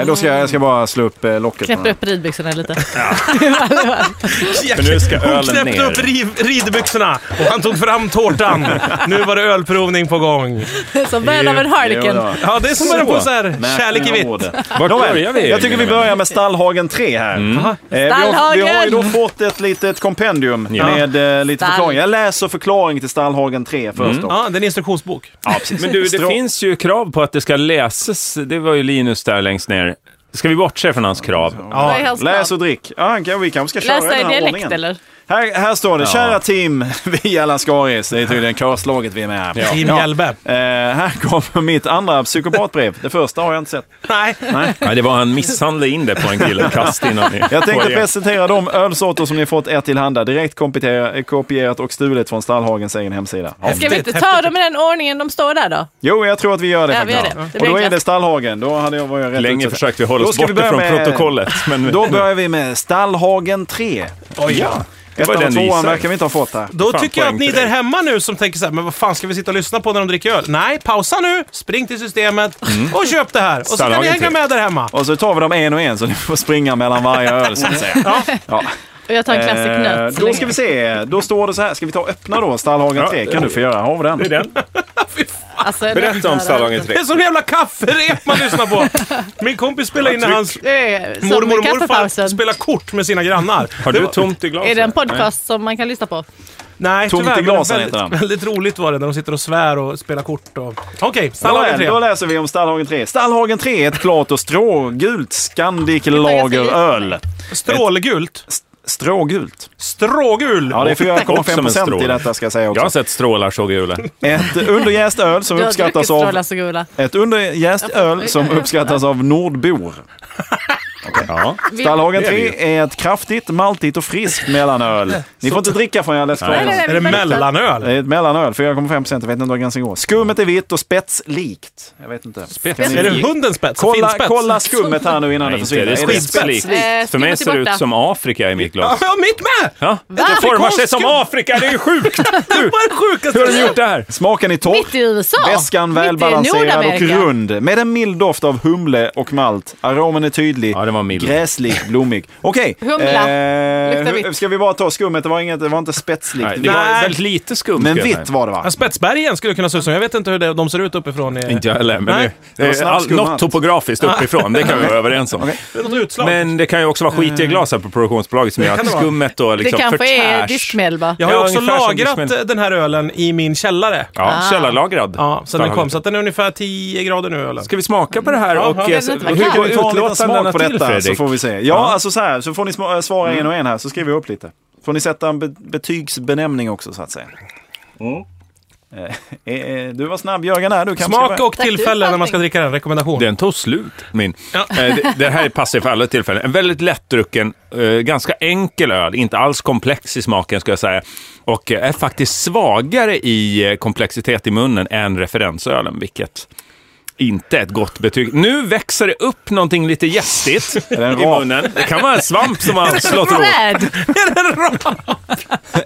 F: Eh, då ska jag, jag ska bara slå upp eh, locket. på
C: Knäpper
F: den.
C: upp ridbyxorna lite.
D: För nu ska
B: Hon
D: ölen
B: knäppte
D: ner.
B: upp riv, ridbyxorna och han tog fram tårtan. Nu var det ölprovning på gång.
C: Som värn av en
F: Jo, då.
C: harlekin.
B: Ja, det är som början på så här,
F: Märkning
B: kärlek i
F: av
B: vitt.
F: ordet.
D: Vart börjar vi? Mm.
F: Jag tycker vi börjar med Stallhagen 3 här. Eh, vi, har, vi
C: Stallhagen!
F: har ju då fått ett litet kompendium
D: Ja.
F: med eh, lite
C: Stall.
F: förklaring. Jag läser förklaring till Stallhagen 3 först då.
B: Ja, det är en instruktionsbok.
D: Ja, precis. Mm. Men du, det
F: Strå-
D: finns ju krav på att det ska läses. Det var ju Linus där längst ner. Ska vi bortse från hans krav?
C: Vad är hans
F: Läs
C: plan?
F: och drick. Ja, kan- vi kanske ska köra
C: Läsa
F: den
C: i
F: här
C: dialekt
F: ordningen.
C: eller?
F: Här, här står det, kära team, vi är Alaskaris. Det är tydligen körslaget vi är med här. Ja.
B: Team Hjälbe.
F: Eh, här kommer mitt andra psykopatbrev. Det första har jag inte sett.
B: Nej.
D: Ja, det var han misshandlade in det på en kille. Kast innan ni...
F: Jag tänkte
D: Oj, ja.
F: presentera de ölsorter som ni fått er tillhanda. Direkt kompitera- kopierat och stulet från Stallhagens egen hemsida. Ja.
C: Ska vi inte
B: Häftigt,
C: ta dem i den ordningen de står där då?
F: Jo, jag tror att vi gör det
C: Ja, vi
F: faktiskt.
C: gör det. Det
F: Och
C: blir
F: då är
C: enklast.
F: det Stallhagen. Då hade jag varit rätt
D: Länge
F: ute.
D: försökte vi hålla
F: Då
D: oss
F: ska vi
D: borta
F: börja
D: från
F: med-
D: protokollet. Men
F: Då börjar vi med Stallhagen 3. Oj, ja.
D: var
F: Ettan
D: den
F: och
D: du
F: tvåan
D: gissade.
F: verkar vi inte ha fått här.
B: Då
D: Fan,
B: tycker jag att
D: poäng
B: ni
D: till
B: där
D: dig.
B: hemma nu som tänker så här, men vad fan ska vi sitta och lyssna på när de dricker öl? Nej, pausa nu, spring till systemet
F: Mm.
B: och köp det här. Och så kan ni
D: Stallhagen
B: hänga
D: till.
B: med där hemma.
F: Och så tar vi dem en och en så ni får springa mellan varje öl så att säga. Ja.
C: Och jag tar en klassisk
F: Eh,
C: nöt. så
F: då
C: länge.
F: ska vi se. Då står det så här. Ska vi ta och öppna då? Stallhagen
D: Ja,
F: 3
D: ja,
F: kan du få göra. Har vi den?
D: det är den.
C: Alltså, jag vet inte
D: Berätta om
C: vad
D: Stallhagen 3.
B: Det är som jävla kafferep man lyssnar på. Min kompis spelar in när hans
C: Det är som
B: mormor och morfar
C: kaffepausen.
B: spelar kort med sina grannar.
D: Har
B: Det
D: du
B: var-
D: tomt i glaset?
C: Är det en podcast som man kan lyssna på?
B: Nej,
F: Tomt i
B: tyvärr. men
F: glasen
B: väldigt,
F: heter den.
B: väldigt roligt var det när de sitter och svär och spelar kort. Och... Okej, Stallhagen
F: Nåväl,
B: 3.
F: Då läser vi om Stallhagen 3. Stallhagen 3 är ett klart och strågult Scandic lageröl.
B: Strålgult.
F: Strågult?
B: Strågul.
F: Ja, det är
D: Också med
F: 4,5%
D: strål.
F: i detta ska jag säga
D: Jag har
F: också.
D: sett strålar så gula.
F: Ett underjäst öl som
C: Du har druckit
F: uppskattas av
C: strålar så gula.
F: Ett underjäst öl som uppskattas av nordbor.
D: Ja.
F: Stallhagen
D: Det är vi
F: 3 är ett kraftigt, maltigt och friskt mellanöl. Ni får inte dricka från jag
D: Nej,
F: kvar.
C: nej, nej.
B: Är det
F: Det
B: mellanöl?
F: är ett mellanöl, 4,5 procent. Jag vet inte var gränsen går. Skummet är vitt och spetslikt. Jag vet inte.
D: Spets.
B: Är det hundens spets?
F: Kolla,
B: Finspets?
F: kolla skummet här nu innan det
D: Nej, inte.
F: försvinner.
D: Det är spetslikt.
C: Eh,
D: För mig
C: skummet är
D: ser det ut
C: borta.
D: som Afrika i mitt
B: Ja,
D: glas.
B: men mitt med!
D: Ja. Det formar sig som Afrika, det är ju sjukt!
B: Det var det sjukaste
D: Hur har
B: jag
D: de gjort det här?
F: Smaken är torr.
C: Mitt i USA.
F: Väskan
C: Mitt i
F: välbalanserad och
C: Nordamerika.
F: rund med en mild doft av humle och malt. Aromen är tydlig,
D: Ja, den var mild.
F: gräslig, blommig. Okej,
C: Humla.
F: eh, hu-
C: Luktar vitt.
F: ska vi bara ta skummet? Det var, inget, det var inte spetsligt.
D: Nej, det var
B: Nej.
D: väldigt lite skumt.
F: Men
D: ska jag
F: vitt
D: säga.
F: var det va?
B: Ja, Spetsbergen skulle kunna se ut som. Jag vet inte hur det, de ser ut uppifrån. i-
D: Inte jag heller, men
B: Nej.
D: det, det
F: var
D: är all,
F: snabbskummat.
D: något topografiskt uppifrån. Det kan vi vara överens om.
B: Det är något utslag.
D: Men det kan ju också vara skitiga glas här på produktionsbolaget som gör
B: kan
D: att
B: det vara.
D: skummet då
C: Det
D: liksom
C: kanske är
D: förtärs.
C: diskmedel va?
B: jag har ju
D: Ja,
B: också
D: ungefär som
B: lagrat eh,
D: diskmedel.
B: den här ölen i min källare. Ja.
C: Ah.
D: Ja, källarlagrad.
B: sen den kom. Så att den är ungefär 10 grader nu, ölen.
D: Ska vi smaka på det här och
B: ja.
D: eh,
B: Jag
C: vet inte vad
D: hur
C: kan.
D: går
F: Kan vi ta en liten
D: utlåtandena
F: smak på
D: till
F: detta
D: Fredrik? Mm.
F: så får vi se. Ja, alltså så här, så får ni sma- svara en och en här så skriver jag upp lite. Får ni sätta en be betygsbenämning också så att säga. Eh, eh, du var snabb Jörgen här. Du kanske ska
B: Smak
F: börja.
B: och
C: Tack,
B: tillfälle
C: du,
B: när man ska
C: Patrik.
B: dricka den. Rekommendation.
D: Den tog slut, min. Eh, Det, det här passar för alla tillfällen. En väldigt lättdrucken, eh, ganska enkel öl. Inte alls komplex i smaken, ska jag säga. Och eh, är faktiskt svagare i eh, komplexitet i munnen än referensölen, vilket inte är ett gott betyg. Nu växer det upp någonting lite jästigt i
F: den rak?
D: munnen. Det kan vara en svamp som har slått åt.
C: Träd!
B: Är den rå?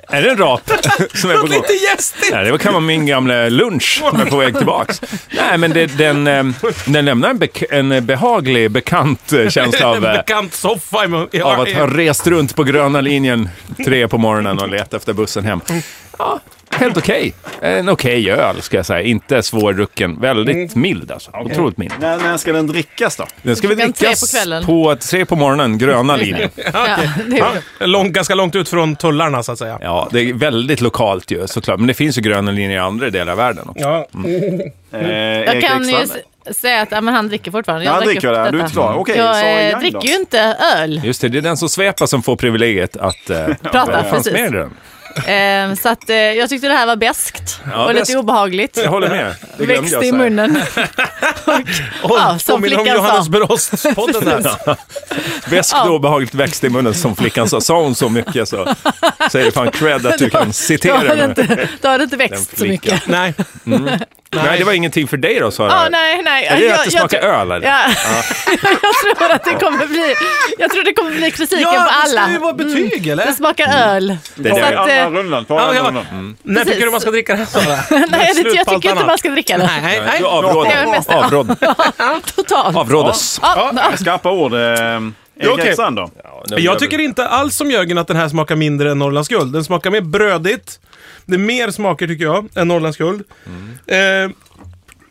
D: Är det en rap som är på
B: Något
D: gång?
B: lite gästigt!
D: Nej, det kan vara min gamla lunch som är på väg tillbaks. Nej, men det, den, eh, den lämnar en, bek- en eh, behaglig bekant eh, känsla av,
B: en
D: eh,
B: bekant soffa i mun.
D: av att ha rest runt på gröna linjen tre på morgonen och letat efter bussen hem. Ja, helt okej. En okej öl, ska jag säga. Inte svårdrucken. Väldigt
C: Mm.
D: mild alltså. Otroligt mild.
F: När, när ska den drickas då?
D: Den ska vi
C: Klockan tre på
D: drickas
C: kvällen.
D: på tre på morgonen, gröna linjen.
C: Ja, det är
B: Långt, ganska långt ut från tullarna, så att säga.
D: Ja, det är väldigt lokalt ju såklart. Men det finns ju gröna linjer i andra delar av världen också.
B: Ja.
F: Eh,
C: Jag
F: Erik
C: kan ju
F: Ekstrand.
C: s- säga att ja, men han dricker fortfarande.
F: Ja,
C: Jag
F: han dricker
C: upp
F: det. Du är
C: detta.
F: inte klar. Okej, så
C: Jag eh,
F: Yang
C: dricker
F: då?
C: ju inte öl.
D: Just det, det är den som svepar som får privilegiet att... Eh,
C: Prata,
D: det fanns
C: precis.
D: med i den.
C: Eh, så att, eh, jag tyckte det här var beskt
D: Ja,
C: och
D: beskt.
C: lite obehagligt.
D: Jag håller med. Det glömde jag
C: Växte i
D: säga.
C: munnen.
B: Och
C: Ja, som
B: påminner om
C: flickan sa.
B: Johannes Brost-podden där.
D: Väskt
C: Ja.
D: och obehagligt växt i munnen som flickan sa. Sa hon så mycket så säger fan cred att du kan
C: Då
D: citera
C: har det
D: henne.
C: inte, då har det inte
D: Den
C: växt så
D: flickan.
C: mycket.
B: Nej,
D: Nej, det var ingenting för dig då, Sara?
C: Ja, nej, nej.
D: Är det att det smakar
C: tror-
D: öl, eller?
C: Ja. jag tror att det kommer bli, jag tror det kommer bli kritiken på
B: det ska ju
C: alla. Mm.
B: vara betyg, eller?
C: Det smakar öl.
D: är
C: Så
D: Mm. det.
C: att, eh,
F: rundan, på
B: ja, ja. När
C: Mm. Precis.
B: tycker du man ska dricka det här, Sara?
C: nej,
B: Slut
C: det, jag
B: på allt
C: tycker inte
B: annat.
C: man ska dricka det.
B: Nej, nej.
D: Du
C: Det är det
D: avråder.
C: bästa.
D: Avråd.
C: Totalt.
D: Avrådes.
C: Ja,
F: Skarpa ord. Eh, Erik
B: okej.
F: Ekstrand då?
B: Jag tycker inte alls som Jörgen att den här smakar mindre än Norrlands guld. Den smakar mer brödigt. Det är mer smaker tycker jag än Norrlands guld. Mm.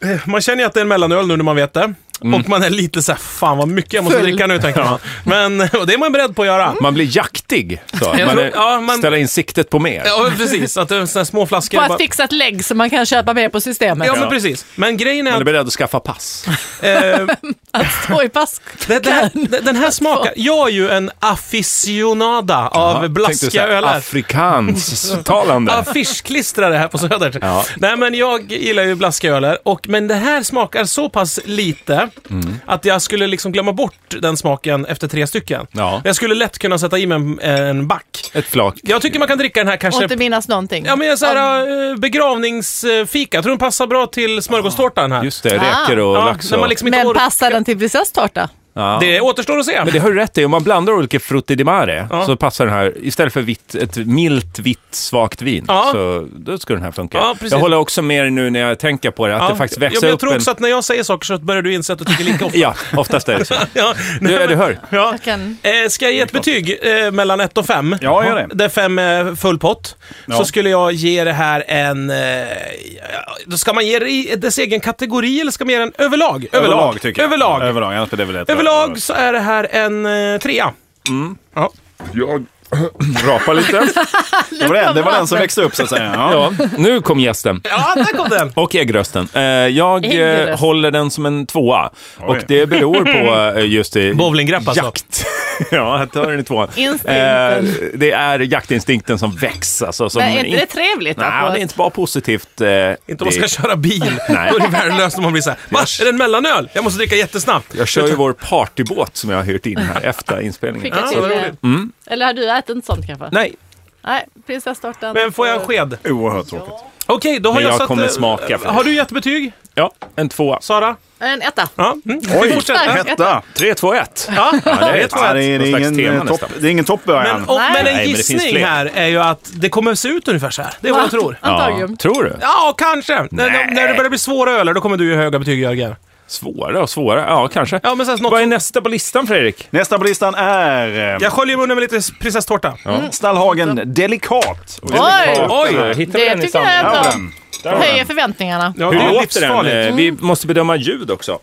B: Eh, eh, man känner ju att det är en mellanöl nu när man vet det. Och man är lite såhär, fan vad mycket jag måste
C: Full.
B: dricka nu tänker man. Men och det är man beredd på att göra.
D: Man blir jaktig. Så. Man,
B: tror-
D: är-
B: ja, man-
D: ställer in siktet på mer.
B: Ja, precis. Att det är såna här små flaskor.
C: på
B: bara-
C: ett fixat lägg som man kan köpa med på systemet.
B: Ja, men precis. Men grejen är
D: Man är
B: att
D: beredd att skaffa pass.
B: eh,
C: Oj, pass.
B: det, det här, det- den här smakar... Jag är ju en aficionada av
D: Tänkte så
B: blaskiga
D: här,
B: ölar.
D: Afrikanstalande.
B: Affischklistrare här på Söder. Nej, men jag gillar ju blaskiga öler, och, men det här smakar så pass lite
D: Mm.
B: att jag skulle liksom glömma bort den smaken efter tre stycken.
D: Ja.
B: Jag skulle lätt kunna sätta i mig en, en back.
D: Ett flak.
B: Jag tycker man kan dricka den här
C: Och
B: kanske...
C: inte minnas någonting.
B: Ja, men jag så här, eh, begravningsfika. Jag tror den passar bra till smörgåstårtan här.
D: Just det, räkor och
B: Ja,
D: lax.
B: när man
D: Och...
B: liksom inte
C: Men
B: or-
C: passar den till prinsesstårta?
D: Ja.
B: Det återstår att se.
D: Men det har du rätt i, om man blandar olika frutti di mare så passar den här, istället för vitt, ett milt vitt svagt vin,
B: Ja.
D: så då skulle den här funka.
B: Ja, precis.
D: jag håller också med dig nu när jag tänker på det, att
B: Ja.
D: det faktiskt
B: Ja,
D: växer
B: men jag
D: upp
B: tror
D: en...
B: också att när jag säger saker så börjar du inse att du tycker lika ofta.
D: Ja, oftast är det så.
B: Ja,
D: Du, ja, du hör.
B: Ja.
C: Jag kan...
B: Eh, ska jag ge ett betyg eh, mellan 1 och 5?
F: Ja, gör det.
B: Där 5 är eh, full pott. Så
F: Ja.
B: skulle jag ge det här en... Eh, då ska man ge det i dess egen kategori eller ska man ge den överlag?
F: Överlag tycker jag.
B: Överlag.
F: Överlag, annars blir det väl ett-
B: Överlag så är det här en eh, trea. Ja.
E: Jag
D: Rapa lite.
F: Det var den, det var den som växte upp så att säga. Ja.
D: Ja, nu kom gästen.
B: ja, där kom den!
D: Och äggrösten. Eh, jag eh,
C: Äggröst.
D: håller den som en tvåa. Och det beror på eh, just det.
B: Bowlinggrepp alltså.
D: Jakt. ja, jag tar den i tvåan. Eh,
C: Instinkten.
D: det är jaktinstinkten som väcks. Alltså, som
C: Men är inte det
D: in-
C: trevligt? att
D: Nej,
C: få-
D: det är inte bara positivt. eh,
B: Inte om man ska
D: det-
B: köra bil.
D: Nej.
B: Då är det värdelöst om man blir såhär, va? Är det en mellanöl? Jag måste dricka jättesnabbt.
D: Jag kör ju vår partybåt som jag har hyrt in här efter inspelningen.
C: Skicka till,
B: vad
C: eh, Eller har du ätit sånt kanske?
D: Nej,
C: Nej, prinsesstårtan.
B: Men får jag en sked?
F: Oerhört tråkigt.
B: Okej, då har
D: men
B: jag,
D: jag
B: satt...
D: kommer
B: eh,
D: smaka. För.
B: Har du gett betyg,
D: Ja, en tvåa.
B: Sara?
C: En etta.
B: Ja. Mm.
F: Oj,
B: Vi fortsätter.
F: hetta.
D: Tre, två, ett.
B: Ja,
D: det är
B: jag tror
F: Ja,
B: att-
F: det, är, det, är
D: Någon slags
F: ingen,
D: tema
F: eh, topp,
D: nästan.
F: det är ingen toppbörjan.
B: Men, och,
C: Nej.
B: men en
D: Nej, men det finns
B: gissning
D: fler.
B: här är ju att det kommer att se ut ungefär så här. Det är vad jag tror.
C: Antagligen.
D: Tror du?
B: Ja, kanske. När, när det börjar bli svåra öler, då kommer du ge höga betyg, Jörgen.
D: Svårare och svårare. Ja, kanske.
B: Ja, men sen något...
D: Vad är nästa på listan, Fredrik?
F: Nästa på listan är eh,
B: Jag sköljer munnen med lite prinsesstårta.
F: Stallhagen Delikat.
C: Oj!
D: Oj, hittade
C: Det
D: den
C: tycker
D: i
C: jag
D: sanden.
C: är
F: Ja,
C: bra.
F: den.
C: Höjer förväntningarna.
B: Ja, det
D: Hur
B: är
D: låter den?
B: livsfarligt.
D: Eh, Vi måste bedöma ljud också.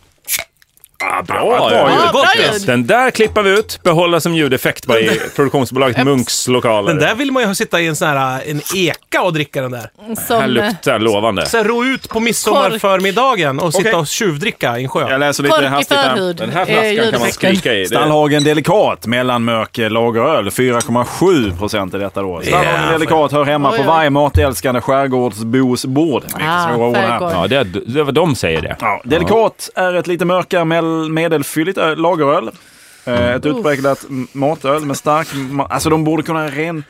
D: Ah, bra
F: bra
D: ljud.
C: Ja, bra
B: gott,
C: ljud.
D: Den där klippar vi ut, behålla som ljudeffekt bara i produktionsbolaget Munks lokaler.
B: Den där vill man ju sitta i en sån här eh, en eka och dricka den där.
D: här
C: Som eh,
D: luktar lovande.
B: Sen ro ut på midsommarförmiddagen och sitta
F: Okej.
B: och tjuvdricka i en sjö.
F: Jag läser lite
C: kork i
F: hastigt här.
C: förhud.
D: Den här
C: är
D: flaskan kan
C: Eh,
D: man
C: ljudeffekten.
D: skrika i. Det,
F: Stallhagen Delikat, mellanmörk eh, lageröl. 4,7 procent i detta då. Stallhagen
B: Yeah.
F: Delikat hör hemma
C: Oj,
F: på
C: oj.
F: varje matälskande skärgårdsbos bord. Mycket
C: Ah,
F: svåra ord
C: skärgård.
F: här.
D: ja, det, det var de säger det.
F: Ja, Delikat är ett lite mörkare mel- medelfylligt ö- lageröl. Eh, Ett utpräglat m- matöl med stark... ma- Alltså de borde kunna ren...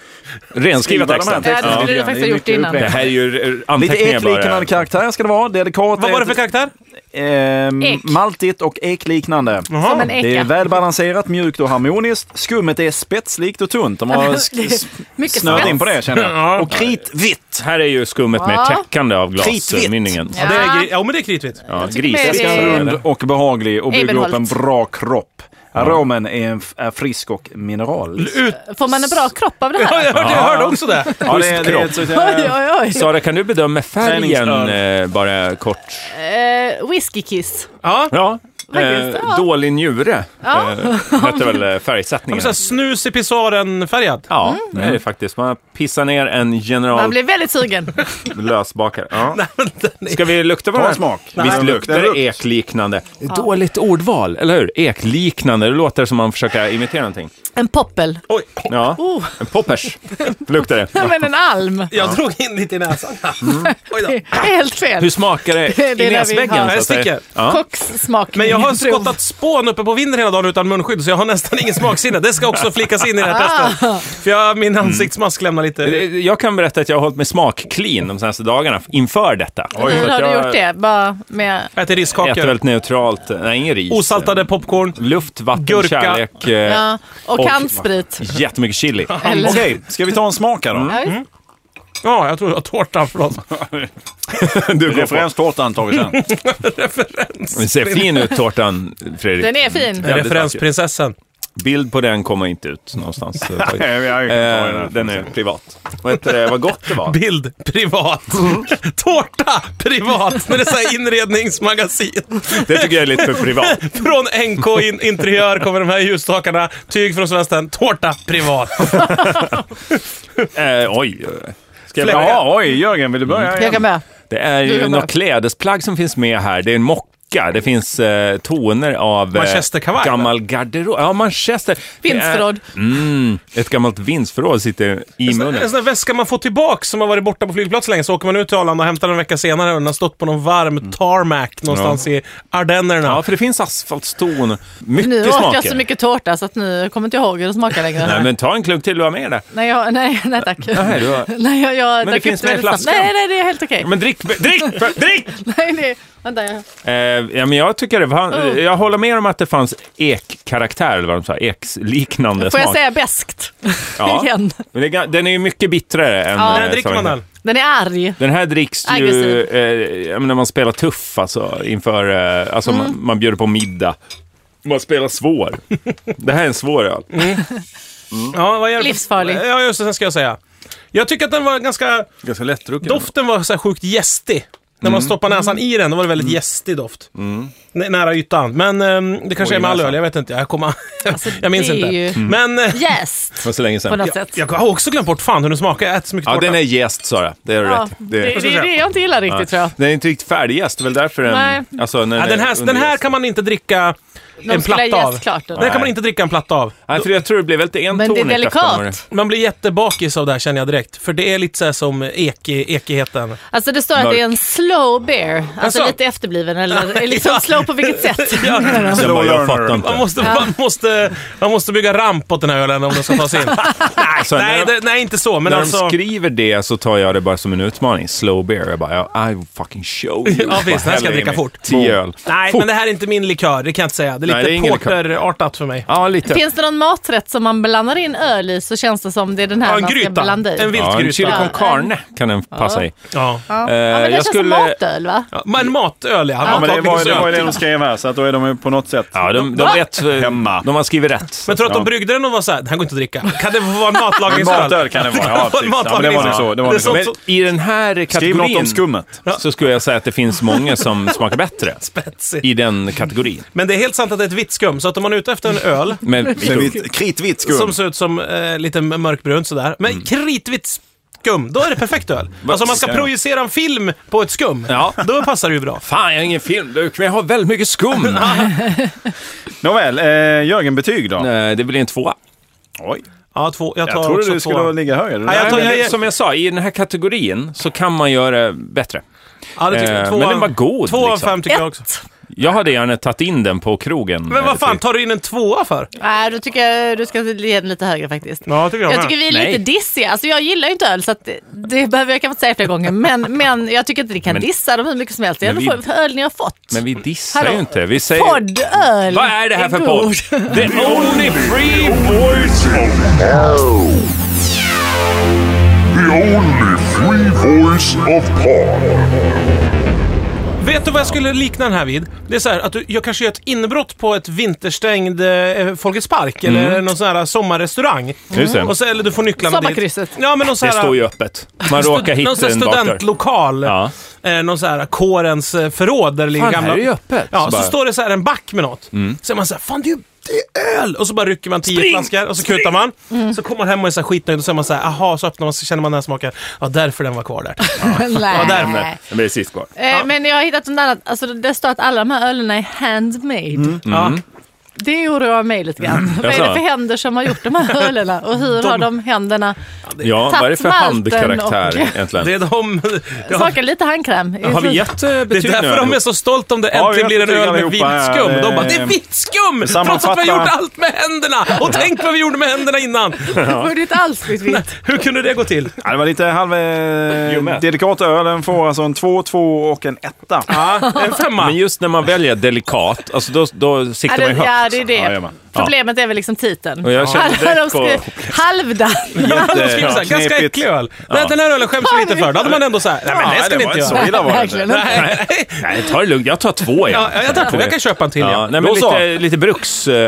D: Renskriva
F: skriva de här
D: texten.
C: Ja, det
F: texterna.
C: skulle du
F: Ja.
C: faktiskt ha
F: Det är
C: gjort
F: mycket
C: innan.
D: Det
F: upprepning.
D: här är ju eh,
F: Lite
D: anteckningar bara.
F: ekliknande karaktär ska det vara. Delikat
B: Vad
F: är
B: var det
F: ett-
B: för karaktär?
F: Ehm,
C: Ek.
F: Maltigt och ekliknande.
C: Som en
F: Det är
C: eka.
F: välbalanserat, mjukt och harmoniskt. Skummet är spetslikt och tunt. De har sk- s-
C: Mycket
F: snöat
C: svenskt.
F: in på det känner
B: Ja.
F: jag. Och kritvitt.
D: Här är ju skummet med
C: Ja.
D: kläckande av
F: Kritvitt.
D: glasmynningen.
B: Ja, det är, gri- ja men det är kritvitt.
D: Ja,
C: tycker
D: grisigt.
C: det är-
D: Eller?
F: Rund och behaglig och bygger upp en
C: Ebenholt.
F: bra kropp. Aromen är, en f- är frisk och mineral.
B: Ut.
C: Får man en bra kropp av det
B: Ja,
C: här?
B: jag, hörde, jag hörde också det.
F: Ja, det, är- det är
D: kropp.
F: ett sånt
C: Oj,
F: här-
C: oj, oj.
D: Sara, kan du bedöma färgen
F: Träningsöl.
D: eh, bara kort?
C: Eh, whiskykiss.
B: Ja.
D: Ja. eh,
C: Faktiskt, ja.
D: dålig njure
C: Ja.
D: eh, hette väl eh,
B: Men
D: färgsättningen.
B: så här, snus i pissoaren-färgad.
D: Ja, det är det faktiskt. Man pissar ner en
C: Mm. Man
D: general
C: blir väldigt sugen.
D: lösbakare. Ja.
B: Den är-
D: Ska vi lukta på
F: Ta
D: den?
F: en smak.
D: Visst
F: Nej.
D: luktar
F: Den
D: det
F: lukt.
D: ekliknande? Dåligt ordval, eller hur? Ekliknande, det låter som man försöker imitera någonting.
C: En poppel.
B: Oj,
D: Ja.
C: Oh.
D: En poppers luktar det.
C: Nej, men en alm.
B: jag drog in lite i näsan. Oj då.
C: Det är helt
D: Hur
C: fel.
D: smaker
C: Det är
D: det
C: det
D: i
C: vi har.
D: näsväggen? Mm. så
B: Jag
D: att säga?
B: sticker.
D: Ja.
C: Kockssmak.
B: Men jag har
C: Prov.
B: skottat spån uppe på vinden hela dagen utan munskydd, så jag har nästan ingen smaksinne. Det ska också flickas in i det
C: Ah.
B: här testet. För jag, min
D: Mm.
B: ansiktsmask lämnar lite...
D: Jag kan berätta att jag har hållit mig smak-clean de senaste dagarna inför detta.
C: Hur
D: Så att
C: har du
D: jag
C: gjort det? Bara med...
B: Äter
D: Äter
B: riskakor.
D: väldigt neutralt, nej ingen ris.
B: Osaltade popcorn.
D: Luft, vatten,
B: Gurka.
D: kärlek. eh,
C: Ja, och,
D: och-
C: handsprit.
D: Jättemycket chili.
C: Eller-
F: Okej, ska vi ta en smak här då?
C: Ja,
D: Mm.
C: just-
B: Ja, jag tror det var tårta. Förlåt.
D: Du går på.
F: Referenstårtan tar vi sen.
D: Den ser fin ut tårtan, Fredrik.
C: Den är fin.
D: Jävligt
B: Referensprinsessan.
D: Bild på den kommer inte ut någonstans. eh, faktiskt.
F: Nej, jag kan ta den
D: eh,
F: här.
D: den är privat. Vad heter det? Vad gott det var.
B: Bild privat.
D: Mm.
B: Tårta privat. När det är så här inredningsmagasin.
D: Det tycker jag är lite för privat.
B: Från NK in Interiör kommer de här ljusstakarna. Tyg från Svensson. Tårta privat.
D: Eh, oj. Ska jag börja?
F: Ja, oj, Jörgen, vill du börja?
C: Jag kan
F: igen?
C: med.
D: Det är
C: Du
D: ju
C: kan
D: några
C: börja.
D: klädesplagg som finns med här. Det är en mocka, det finns eh, toner av
B: Manchesterkavaj,
D: gammal garderob. Ja, manchester. Det är-
C: Vinstförråd.
D: Mm, ett gammalt vinstförråd sitter i
B: En
D: munnen.
B: sån där väska man får tillbaka som har varit borta på flygplats länge. Så åker man ut till Arlanda och hämtar den en vecka senare. och Den har stått på någon varm tarmac någonstans i Ardennerna.
D: Mm. Ja, för det finns asfaltston. Mycket
C: Nu åt
D: smaker.
C: jag så mycket tårta så att nu kommer inte jag ihåg hur det smakar längre.
D: Nej, men ta en klunk till du har med där.
C: nej, jag, nej, nej tack.
D: Nej, du har...
C: Nej, jag, jag
D: det
C: drack
D: finns
C: upp
D: med i
C: väldigt snabbt.
D: flaskan.
C: Nej, nej, det är helt okej.
D: Men drick, drick, drick!
C: Nej, det, vänta, jag-
D: Eh, ja, men jag tycker det
C: Oh.
D: var, Jag håller med om att det fanns ekkaraktär, eller vad de sa, eksliknande
C: Får
D: smak.
C: jag säga beskt?
D: Ja.
C: Igen.
D: Men det, är ga- den är ju mycket bittrare än...
C: Ja.
D: eh,
B: När dricker man
D: Sauvignon.
B: den?
C: Den är arg.
D: Den här dricks ju
C: Aggressiv.
D: eh, ja, men när man spelar tuff, alltså, inför, eh, alltså
B: Mm.
D: man, man bjuder på middag. Man spelar svår. det här är en svår öl.
B: Ja, vad är det?
C: Livsfarlig.
B: Ja, just det. Sen ska jag säga. Jag tycker att den var ganska...
F: Ganska lättdrucken.
B: Doften var så här sjukt gästig. När
D: Mm.
B: man stoppar näsan i den, då var det väldigt gästig doft. Nä- Nära ytan. Men ehm, det kanske
F: Och i
B: är med all
F: näsan.
B: öl, jag vet inte. Jag, kommer, jag minns
C: Alltså, det är
B: inte.
C: ju-
B: Men eh,
C: Jäst,
D: Det var så länge
C: på
D: sedan.
C: något
B: jag,
C: sätt.
B: jag har också glömt bort fan hur den smakar. Jag äter så mycket
D: Ja,
B: tårta.
D: den är jäst, Sara. Det är
C: Ja,
D: rätt.
C: det, det,
B: ska jag
C: är det
B: säga.
C: jag inte gillar riktigt tror jag.
D: Den är inte riktigt färdigjäst, det är väl därför den...
C: Nej.
D: Alltså, när
B: ja, den, här, den här
D: underjäst.
B: kan man inte dricka en
C: skulle ha
B: platta av.
C: jäst klart den.
B: Den här kan man inte dricka en platta av.
D: Nej, för jag tror det blev väldigt
C: Men
D: entonigt.
C: det är
D: efter några-
C: delikat.
B: Man blir jättebakis av det här känner jag direkt. För det är lite så här som eki, ekigheten.
C: Alltså det står att det är en slow beer. Alltså
B: Jaså?
C: lite efterbliven eller liksom slow på vilket sätt. Alltså,
B: Ja,
D: Sen bara, jag
F: Slow
D: fattar
F: learner.
D: inte.
B: man, måste, man, måste, man måste bygga ramp åt den här ölen om den ska ta sig in.
D: Så när
B: nej,
D: de-
B: det, nej, inte så. Men
D: när
B: alltså...
D: de skriver det så tar jag det bara som en utmaning. Slow beer. Jag bara, I will fucking show you.
B: Ja, visst. Den här ska jag
D: Häller i
B: dricka
D: mig
B: fort.
D: Tio öl.
B: Nej,
D: Fort.
B: men det här är inte min likör. Det kan jag inte säga. Det
D: Nej,
B: är
D: det är
B: lite
D: ingen likör.
B: porterartat för mig.
D: Ja, lite.
C: Finns det någon maträtt som man blandar in öl i så känns det som det är den här
B: Ja, en
C: man ska
B: gryta.
C: blanda i.
B: En vilt
D: Ja, en chili
B: gryta.
D: con carne kan den passa i.
B: Ja.
C: Ja,
D: Eh,
C: ja men det
D: jag
C: känns
D: skulle-
C: som matöl va?
B: Ja, Men matöl, ja.
F: Ja, men det var, det var ju
B: men
F: det de skrev här, så att då är de ju på något sätt...
D: Ja, de, de, vet,
F: Hemma.
D: de har skrivit rätt.
B: jag tror att de
F: Ja.
B: bryggde den och var såhär, den här går inte att dricka. Kan det vara en matlagningsöl?
F: Matöl kan det vara. Ja, precis. Ja, men det var nog så. Det var
B: Det
F: nog
B: är
F: så.
B: så-
D: Men i den här
F: Skriv något
D: kategorin
F: om skummet.
D: så skulle jag säga att det finns många som smakar bättre
B: Spetsigt.
D: i den kategorin.
B: Men det är helt sant att det är ett vitt skum, så att om man är ute efter en öl
D: Men
F: Kritvitt
B: som ser ut som eh, lite mörkbrunt sådär, med
D: Mm.
B: kritvitt skum, då är det perfekt öl. Alltså om man ska
F: Ja.
B: projicera en film på ett skum,
D: Ja.
B: då passar det ju bra. Ah,
D: fan, jag har ingen filmduk, men jag har väldigt mycket skum. Eh,
F: Nåväl, eh, Jörgen, betyg då?
D: det blir en tvåa.
F: Oj.
B: Ja, två, jag tar
F: Jag trodde
B: också
F: du skulle
B: två.
F: ligga högre.
B: Nej, jag tar-
D: Nej, men
B: jag-
D: som jag sa, i den här kategorin så kan man göra bättre.
B: Ja, det tycker jag.
D: Eh,
B: Två
D: men
B: av-
D: den var god,
B: Två av
D: liksom.
B: fem tycker jag också.
C: Ett.
D: Jag hade gärna tagit in den på krogen.
B: Men vad fan,
D: ta...
B: tar du in en tvåa för?
C: Nej, då tycker jag du ska ge den lite högre faktiskt.
B: Ja, tycker jag
C: Jag
B: med.
C: tycker vi är
D: Nej.
C: lite dissiga. Alltså jag gillar ju inte öl så att det, det behöver jag kanske inte säga flera gånger. Men, men jag tycker inte ni kan
D: Men-
C: dissa dem hur mycket som helst. Det är
D: Men
C: ändå
D: vi-
C: för öl ni har fått.
D: Men vi dissar
C: Hallå.
D: ju inte. Vi säger...
C: Poddöl
D: Vad är det här för
C: god.
D: podd? The only free
E: Voice of Pod. The only free voice of Pod.
B: Vet du vad jag skulle likna den här vid? Det är så här att du, jag kanske gör ett inbrott på ett vinterstängd eh, Folkets Park eller någon sån här sommarrestörang.
D: Mm. Just det.
B: Och så, eller du får nycklarna dit.
C: Sommarkrysset.
B: Ja, men någon sån
D: Det
B: här,
D: står ju öppet. Man råkar
B: någon
D: hitta
B: sån här
D: en bakdörr.
B: studentlokal.
D: Ja.
B: Eh, någon sån här kårens eh, förråd där det ligger
D: Fan,
B: gamla...
D: här är ju öppet.
B: Ja,
D: Så
B: så,
D: bara- Mm.
B: står det så här en back med något. Så är man så här, fan det är ju det är öl! Och så bara rycker man tio flaskor och så kutar man. Så kommer man hem och är så här skitnöjd och så är man så här, aha, så öppnar man så känner man den här smaken. Ja, därför den var kvar där.
C: Nej.
B: därmed.
D: Den blir sist kvar. Mm.
C: Eh, Men jag har hittat något annat. Alltså, det står att alla de här ölerna är handmade.
B: Ja.
C: Det oroar mig lite grann. Vad är
G: Jaså?
C: det för händer som har gjort de här ölerna? Och hur har de händerna?
D: Ja, vad är det för
C: Tatt malten
D: handkaraktär
C: och-
D: egentligen?
B: Det är de... Det har,
C: Smakar lite handkräm.
G: Har vi gett eh,
B: det är
G: betyg nu?
B: därför de är
G: allihop?
B: så stolta om det
F: Ja,
B: äntligen
F: jag
B: blir en
F: tycker
B: öl med
F: allihopa är-
B: vittskum. De bara, det är
F: eh,
B: vittskum! Trots att
F: sammanfatta-
B: vi har gjort allt med händerna! Och tänk vad vi gjorde med händerna innan!
C: Det borde inte alls blivit vitt.
B: Hur kunde det gå till?
F: Ja, det var lite halv... Eh,
G: med.
F: delikat öl. Den får alltså en 2, 2 och en 1.
B: Ja, en femma.
D: Men just när man väljer delikat, alltså då, då siktar
C: Ja,
D: man
C: det,
D: ju högt.
C: ja, det är
F: Ja,
C: det.
F: jajamän.
C: Problemet är väl liksom titeln.
D: Och jag känner
C: Alla de
D: direkt på-
C: skrev halvdan.
B: De skriver såhär,
F: knepigt.
B: ganska äcklig öl. Nej, Den här ölen skäms vi inte för. Då hade man ändå såhär, nej men det ska vi inte göra.
F: så illa var det inte.
C: Verkligen.
B: Nej,
D: Nej, ta det lugnt. Jag tar två igen.
B: ja, jag tar två. Jag kan köpa en till.
D: Ja,
B: Ja.
D: nej,
F: Då
D: men
F: så.
D: lite, lite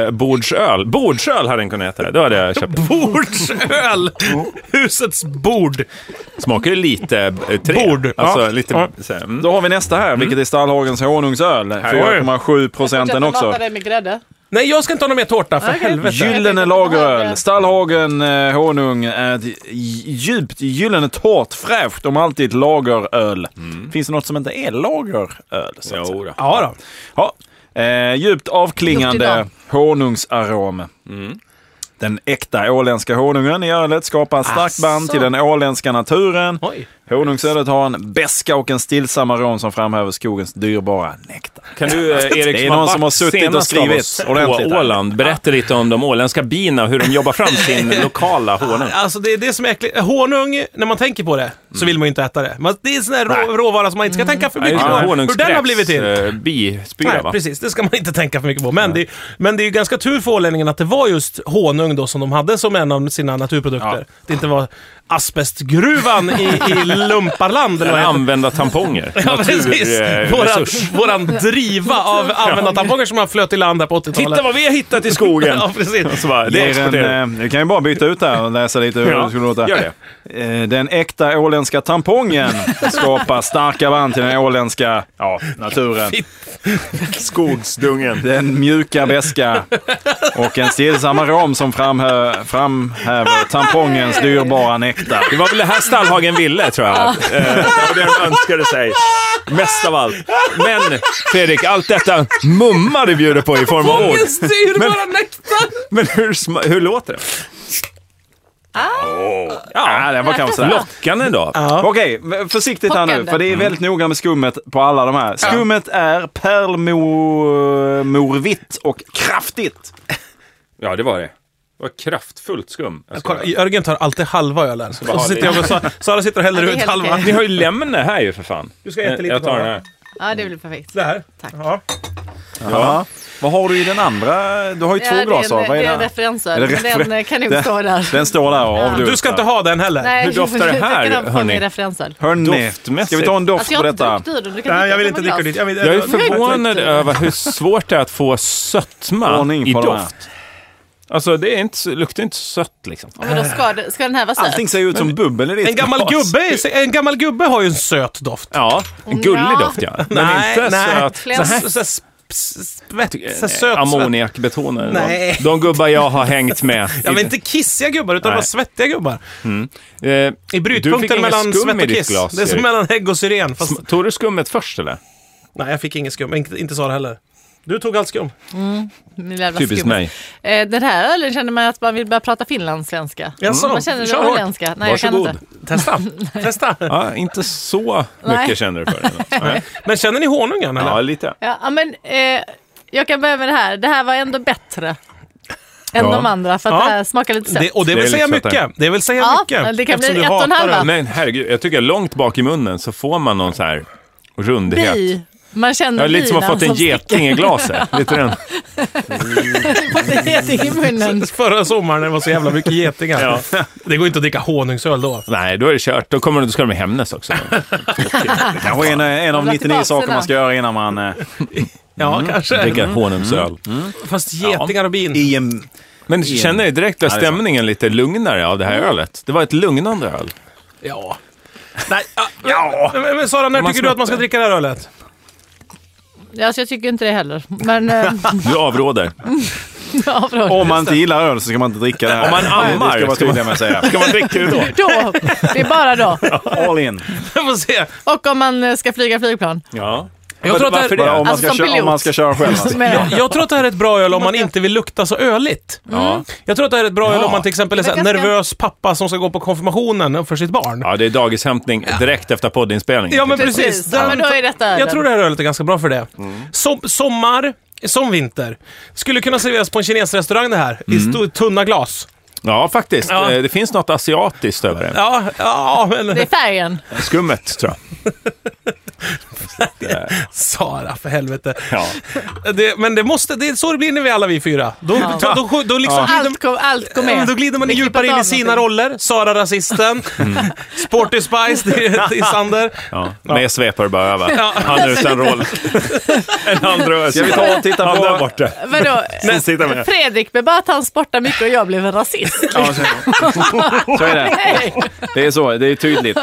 D: bruksbordsöl. Bordsöl hade den kunnat heta. Då hade jag köpt.
B: Bordsöl! Husets bord.
D: Smakar ju lite eh, tre.
B: Bord, ja.
D: Alltså, lite, så här, mm.
F: Då har vi nästa här, vilket är Stallhagens honungsöl. 4,7 procent den också.
C: med grädde.
B: Nej, jag ska inte ha någon mer tårta, för
C: Okej.
B: helvete.
F: Gyllene lageröl. Stallhagen eh, honung är ett djupt gyllene torrt, fräscht om alltid lageröl. Finns det något som inte är lageröl? Så att säga?
B: Ja då.
F: Ja. Eh, djupt
C: Gjort idag.
F: avklingande honungsarom. Den äkta åländska honungen i ölet skapar ett starkt band till den åländska naturen.
B: Oj.
F: Honungsölet har en beska och en stillsam arom som framhäver skogens dyrbara nektar.
D: Kan du, eh, Erik,
F: Det är
D: som har
F: någon som
D: varit
F: har suttit och
D: senast av
F: skrivit
D: oss
F: ordentligt
D: på
F: här.
D: Åland, berätta lite om de åländska bina, hur de jobbar fram sin lokala honung.
B: Alltså det är det som är äckligt. Honung, när man tänker på det, så vill man ju inte äta det. Men det är en sån här rå, råvara som man inte ska tänka för mycket på. Hur den har blivit till.
D: Eh, Bispyra,
B: Nej,
D: va?
B: precis. Det ska man inte tänka för mycket på. Men, det, men det är ju ganska tur för ålänningarna att det var just honung då som de hade som en av sina naturprodukter. Det inte var asbestgruvan i, i Lumparland eller vad det heter.
D: Använda tamponger.
B: Ja, precis. Våran,
D: Naturresurs.
B: våran driva av användartamponger som man flöt i land här på 80-talet.
D: Titta vad vi har hittat i skogen!
B: Ja, precis.
D: Så bara, det
F: Ger en,
D: exporterar.
F: eh, vi kan ju bara byta ut här och läsa lite hur
D: Ja,
F: det skulle låta.
D: gör det.
F: Eh, Den äkta åländska tampongen skapar starka band till den åländska ja, naturen.
D: Skogsdungen.
F: Den mjuka beska och en stillsam arom som framhä- framhäver tampongens dyrbara nektar.
D: Det var väl det här Stallhagen ville, tror jag. Eh, Det var det han önskade sig. Mest av allt. Men, Fredrik, allt detta mumma du bjuder på i form av ord.
B: Ångest styr våra nektar!
D: Men hur, sma- hur låter det?
F: Ja, det var kanske sådär.
D: Lockan då?
F: Okej, v- försiktigt här nu,
C: Chockande.
F: för det är väldigt noga med skummet på alla de här. Skummet är pärlmorvitt och kraftigt.
D: Ja, det var det. Det var kraftfullt skum. Jag ska
B: Kolla,
D: bara-
B: Jörgen tar alltid halva ölen. Och så
D: ha
B: sitter
D: det.
B: jag och Sa- Sara sitter och häller
C: Ja, det är
B: ut
C: helt
B: halva.
C: okej.
D: Ni har ju lämne här ju för fan. Du
B: ska äta lite
D: Jag tar
B: bara.
D: den här.
C: Ja, det blir perfekt.
B: Det här.
C: Tack.
B: Ja.
F: Ja. Vad har du i den andra? Du har ju två glas av. Vad
C: det är en
F: är det?
C: referensöl,
F: Är det
C: men den
F: refer-
C: eh, kan nog
F: Det-
C: stå där.
F: Den står där och avduftar.
B: Du ska inte ha den heller.
C: Nej,
D: Hur doftar det
C: jag
D: här,
C: kan ha på
D: hörni?
C: mig referensöl.
F: Hörni,
D: Doftmässigt.
F: ska vi ta en doft
C: Alltså
F: på
C: jag har inte
F: detta?
C: druckit ur den. Du kan
B: Nej, jag vill
C: dricka
B: inte dricka dit. Jag,
C: på glas.
B: vill,
D: Jag är
B: jag-
D: förvånad över hur svårt det är att få sötma
F: Ordning
D: i
F: på de här.
D: doft. Alltså, det är inte, så- luktar inte så sött liksom.
C: Ja, men då ska, det- ska den här vara söt?
F: Allting ser ju ut som bubbel i ditt
B: En gammal,
F: glas.
B: gubbe, är- en gammal gubbe har ju en söt doft.
D: Ja, en gullig
C: Ja.
D: doft ja. Men inte söt.
B: Så här, så här sp- spett, så här söt.
D: Ammoniakbetoner.
B: Nej.
D: De, de gubbar jag har hängt med.
B: Ja, men inte kissiga gubbar, utan
D: Nej.
B: bara svettiga gubbar.
D: Eh,
B: I
D: du fick
B: brytpunkten
D: inget
B: mellan
D: skum
B: svett
D: i
B: och
D: ditt
B: kiss.
D: Glas,
B: det är som
D: Erik.
B: mellan hägg och syren. Fast,
D: Sm- Tog du skummet först eller?
B: nej, jag fick ingen skum. Inte, inte Sara heller. Du tog allt
D: Mm.
B: skum.
C: Min jävla
D: Typiskt
C: skumma.
D: mig.
C: Eh, Den här ölen känner man att man vill börja prata finlandssvenska.
B: Jaså,
C: Man känner det
B: kör hårt.
C: åländska. Nej, jag kan
D: Varsågod.
C: inte.
B: Testa. Testa.
D: Ja, inte så mycket
C: Nej.
D: känner du för den.
B: Men känner ni honungen? Eller?
D: Ja, lite.
C: Ja, ja, men, eh, jag kan börja med det här. Det här var ändå bättre än de andra för att
B: Ja.
C: det här smakar lite sött.
B: Det, och det,
D: Det
B: vill
D: är
B: säga
D: lite sötare.
B: mycket. Det vill säga
C: Ja,
B: mycket.
C: det kan bli
B: eftersom du
C: ett och en
B: hatar
C: halv,
B: öl.
C: va?
D: Men herregud, jag tycker långt bak i munnen så får man någon så här rundhet.
C: Bi. Man känner
D: Ja, lite som att
C: bina
D: fått en geting i glaset. Lite den.
C: fått en geting i munnen.
B: Förra sommaren när det var så jävla mycket getingar.
D: Ja.
B: Det går inte att dricka honungsöl då.
D: Nej, då är det kört. Då kommer du, då ska de med Hemnes också.
F: Det
C: alltså,
F: kanske är en, en av
C: Jävla
F: 99 saker man
C: tillbaks
F: ska göra innan man... eh,
B: Ja, kanske.
D: Mm. Dricka
C: Mm.
D: honungsöl.
B: Fast getingar och bin.
F: I en...
D: Men känner ni direkt att stämningen lite lugnare av det
C: Mm.
D: här ölet? Det var ett lugnande öl.
B: Ja. Nej, ja. Men, men Sara, när
D: Man
B: tycker du att man ska
D: smakar.
B: dricka det här ölet?
C: Ja, så jag tycker inte det heller. Men eh,
D: Du avråder.
C: ja, förlåt.
F: Om man inte gillar öl så ska man inte dricka det här.
D: Om man ammar,
F: Det ska jag vara
D: ska
F: tydlig med att säga.
D: Ska man dricka det då?
C: då. Det är bara då.
F: All in.
B: Jag får se.
C: Och om man eh, ska flyga flygplan.
D: Ja.
B: Jag tror, att det här,
D: Varför det?
F: Bara om, man
C: Alltså
F: ska
C: som
F: köra, om
C: pilot.
F: man ska köra själv. alltså.
C: Med
B: jag tror att det här är ett bra öl om man inte vill lukta så öligt.
F: Mm.
B: Jag tror att det här är ett bra öl om man till exempel är
C: Det
B: så
C: är
B: här,
C: ganska-
B: nervös pappa som ska gå på konfirmationen för sitt barn.
D: Ja, det är dagishämtning direkt efter poddinspelningen.
B: Ja, men
C: Precis.
B: precis.
C: Ja, men då är detta ölen.
B: jag tror det här ölet är ganska bra för det. Som, sommar, som vinter. Skulle kunna serveras på en kinesrestaurang det här, i sto- tunna glas.
D: Ja, faktiskt.
B: Ja.
D: Eh, Det finns något asiatiskt över det.
B: Ja, ja men...
C: Det är färgen.
D: Skummet, tror jag.
B: Sara, för helvete.
D: Ja.
B: Det, men det måste, det är så det blir när vi alla vi fyra. Då, då, då, då, då liksom glider,
C: Allt går, allt går
B: Ja,
C: med.
B: Då glider man
C: Vi klipper
B: djupare in
C: av
B: i sina
C: någonting.
B: roller. Sara rasisten,
D: Mm.
B: Sporty Spice, det är, det är Sander.
D: Ja. Med sveper bara över. Han är utan roll. en handrörelse.
F: Ska vi ta och titta
D: Han
F: på-
D: där borta.
C: Vadå?
D: Som sitter med.
C: Fredrik blev bara att han sportar mycket och jag blev en rasist.
F: Ja, så, så är det.
C: Nej.
F: Det är så, det är tydligt.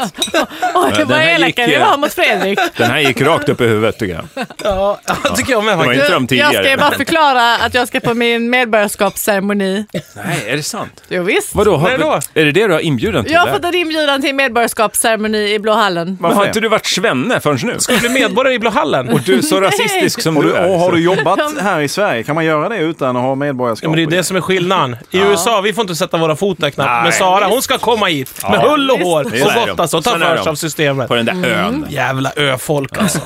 C: Oj, vad
D: här
C: elaka
D: gick,
C: ni
D: eh,
C: var mot Fredrik.
D: Den här gick rakt upp i huvudet, tycker jag.
B: Ja, ja, tycker jag med.
D: Det var
B: faktiskt.
D: inte de
C: Jag
D: tidigare.
C: ska ju bara förklara att jag ska på min medborgarskapsceremoni.
D: Nej, är det sant?
C: Jo, visst.
D: Vadå? Har,
B: Nej, då.
D: är det det du har inbjuden till?
C: Jag har
D: där?
C: fått en inbjudan till medborgarskapsceremoni i Blå hallen.
D: Varför har inte du varit svenne förrän nu?
B: Du blir medborgare i Blå hallen.
D: Du är så rasistisk som
F: Och,
D: du
F: du,
D: är.
F: och har du jobbat här i Sverige? Kan man göra det utan att ha medborgarskap?
B: Ja, men det är det som är skillnaden. I USA, vi får inte sätta våra fot där knappt. Men
D: Nej.
B: Sara, hon ska komma hit med hull och hår
D: Visst.
B: och gottas och ta
D: Sån är
B: för
D: de.
B: sig av systemet.
D: På den
C: Mm.
D: där ön.
B: Jävla öfolk alltså.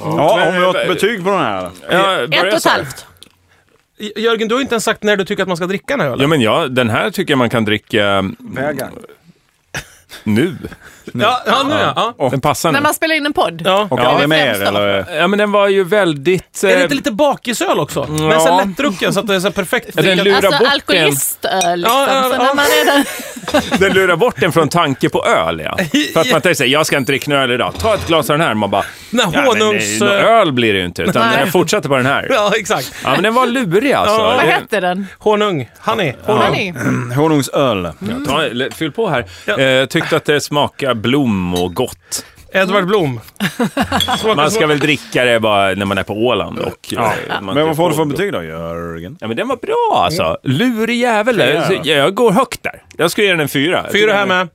F: Ja, om vi har ett betyg på den här.
D: Ja,
C: Ett
D: börja
C: och ett
D: så här.
C: halvt.
B: Jörgen, du har inte ens sagt när du tycker att man ska dricka den här
D: Ja,
B: ölen.
D: men ja, den här tycker jag man kan dricka mm,
F: Vägar.
D: nu.
B: Ja, ja, nu ja. ja.
D: Den passar
C: När
D: nu.
C: man spelar in en podd.
B: ja.
F: Och
D: Ja,
F: aldrig
C: det är
F: mer,
C: främst då.
F: eller?
D: Ja, men den var ju väldigt...
B: Är det
D: eh,
B: inte lite bakisöl också? Men så
D: ja.
B: här lättdrucken så att det är så här perfekt.
D: Ja, den
B: dricka-
D: lurar
C: Alltså
D: bort en.
C: alkoholistöl liksom.
B: Ja, ja,
C: Så
B: ja.
C: när man redan...
D: Den lurar bort en från tanke på öl, ja. För att man tänker sig, jag ska inte dricka någon öl idag. Ta ett glas av den här. Man bara,
B: Den här
D: ja, men det är
B: honungs...
D: ju någon öl blir det ju inte, utan
C: Nej.
D: den fortsätter på den här.
B: Ja, exakt.
D: Ja, men den var lurig alltså.
B: Ja.
C: Vad
D: Det-
C: hette den?
B: Honung. Honey. Honung.
C: Honey.
F: Honungsöl.
D: Ta, l- fyll på här. Eh, tyckte att det smakade blom och gott.
B: Edvard Blom.
D: Man ska väl dricka det bara när man är på Åland. Och, eh, man
F: Men
D: inte
F: vad får du för betyg då, Jörgen?
D: Ja, men den var bra alltså. Lurig jävel.
F: Fyra.
D: Så Jag går högt där. Jag skulle ge den en fyra.
B: Fyra här med.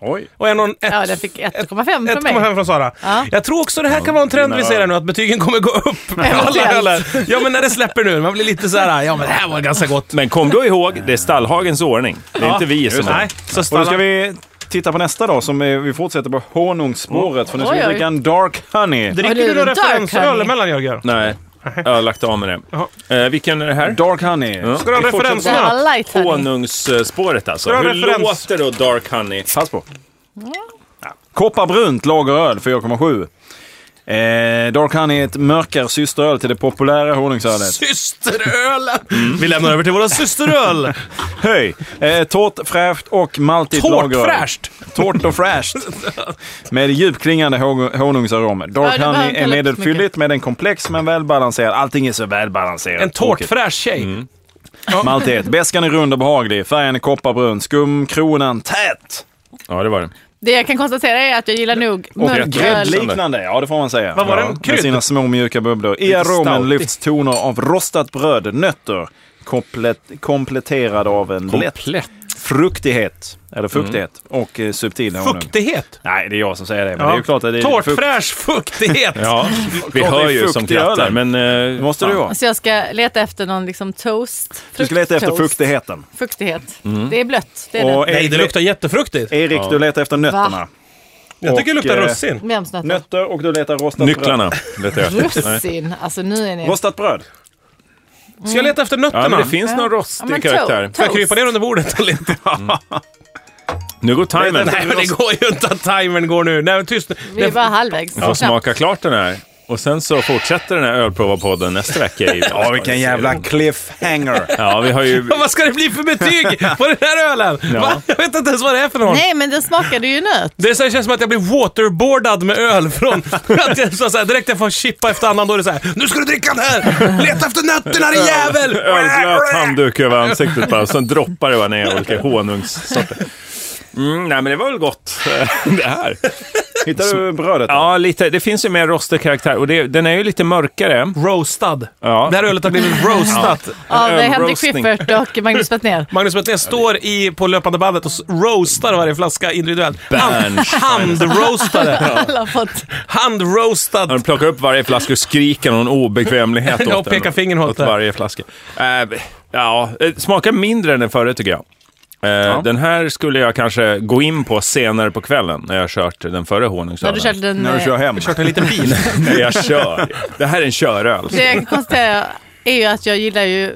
F: Oj.
B: Och en och en ett.
C: Ja, den fick 1,5
B: Ett
C: från
B: kommer
C: mig.
B: hem från Sara.
C: Ja.
B: Jag tror också det här kan vara en trend vi ser här nu, att betygen kommer gå upp med alla
C: Eventuellt.
B: öler. Ja, men när det släpper nu. Man blir lite så här, ja men det här var ganska gott.
D: Men kom då ihåg, det är stallhagens ordning. Det är inte vi som
B: Nej,
D: är...
B: så
F: Och då
B: stannar
F: ska
B: vi...
F: vi titta på nästa då, som är, vi fortsätter på honungsspåret. För nu ska
C: Oj,
F: vi
C: oj.
F: dricka en Dark Honey.
B: Dricker
C: Och det är
B: du då
C: ju dark
B: referensöl
C: honey.
B: emellan
F: Mm.
B: Jörgen?
D: Nej, jag har lagt av med det. Eh, vilken är det här?
F: Dark Honey.
B: Ska du ha en
D: Vi fortsätter
B: referens
C: Det här var light honey.
D: Honungsspåret alltså.
B: Bra
D: Hur
B: referens.
D: låter då Dark Honey?
F: Pass på. Ja. Kopparbrunt lageröl 4,7. Eh, Dark Honey är ett mörkare systeröl till det populära honungsölet.
B: Systerölen!
F: Mm.
B: Vi lämnar över till våra systeröl.
F: Höj! Eh, torrt, fräscht och maltigt
B: Hårt
F: lageröl.
B: fräscht.
F: Torrt och fräscht. Med djupklingande hon- honungsarom.
C: behöver
F: Dark
C: inte
F: honey
C: heller
F: är
C: så
F: medelfylligt med en komplex men välbalanserad. Allting är så välbalanserat.
B: En
F: Tråkigt. Mm.
B: tårtfräsch tjej.
F: Maltighet. Beskan är rund och behaglig. Färgen är kopparbrun. Skumkronan tät.
D: Ja, det var den.
C: Det jag kan konstatera är att jag gillar nog
F: Och
C: mörk öl.
F: gräddliknande. Ja, det får man säga.
B: Vad var
F: ja.
B: den? Krydd?
F: Med sina små mjuka bubblor. I aromen
D: stoutig.
F: lyfts toner av rostat bröd, nötter. Komplet- kompletterad av en lätt
D: Komplett.
F: fruktighet. Eller fuktighet. Och eh, subtil honung.
B: Fuktighet.
F: Nej, det är jag som säger det. Men det är ju klart att det är lite fukt.
B: Tårtfräsch fuktighet.
D: Ja, vi
F: Klart det är
D: hör ju
F: fukt
D: som
F: i
D: krattar,
F: ölen.
D: men... eh,
F: Det måste
D: fan.
F: det ju vara.
C: Så Alltså, jag ska leta efter någon liksom toast.
F: Du ska leta efter
C: Frukttoast.
F: fuktigheten.
C: Fuktighet. Det är blött. Det är
F: Och
C: det.
B: Nej, det luktar jättefruktigt.
F: Erik, du letar efter nötterna.
B: Jag tycker det
F: Och,
B: luktar
F: eh,
B: russin.
C: Memsnötter.
F: Nötter och du letar rostat bröd.
D: Nycklarna, vet jag. Nej.
C: Russin. Alltså nu är ni...
F: Rostat bröd.
B: Ska jag leta efter
D: Ja,
B: nötterna?
D: men det finns någon
C: Ja, men
D: rostig
C: to-
D: karaktär.
B: Får jag krypa ner under bordet och leta?
D: Nu går
F: Nej,
D: timern.
F: nej,
B: Nej, men det går ju inte att timern går nu. Nej, men tyst nu.
C: Vi är bara halvvägs.
D: Jag får smaka klart den här. Och sen så fortsätter den här ölprovarpodden nästa vecka. I
F: Ja, vilken jävla cliffhanger.
D: Ja, vi har ju...
B: Vad ska det bli för betyg på den här ölen? Va? Jag vet inte ens vad det är för någon.
C: Nej, men den smakade ju nöt.
B: Det är så här, känns som att jag blir waterboardad med öl från... att jag, så så här, direkt jag får chippa efter annan, då är det så här. Nu ska du dricka den här! Leta efter nötterna din jävel!
D: Ölblöt handduk över ansiktet bara. Sen droppar det bara ner olika honungssorter. Mm, nej, men det var väl gott eh, det här.
F: Hittar du brödet?
D: Ja, lite. Det finns ju mer rostig karaktär och det, den är ju lite mörkare.
B: Roastad.
D: Ja.
B: Det här ölet har blivit roastat.
C: Av eh, Henrik
D: ölroastning.
C: Schyffert och Magnus Bettner.
B: Magnus Bettner står i, på löpande bandet och s- roastar varje flaska individuellt. Hand- Handroastade.
C: Alla har fått.
B: Handroastad.
D: Han plockar upp varje flaska och skriker någon obekvämlighet åt
B: Ja, och pekar
D: den.
B: fingern åt
D: åt
B: det.
D: varje flaska. Eh, ja, eh, smakar mindre än den förra tycker jag. Eh, Den här skulle jag kanske gå in på senare på kvällen när jag har kört den förra
C: Har du
D: honungsölen.
C: kört den?
F: När du
C: eh,
F: kör hem.
B: Kört en liten bil.
D: När jag kör. Det här är en köröl.
C: Det jag kan konstatera är ju att jag gillar ju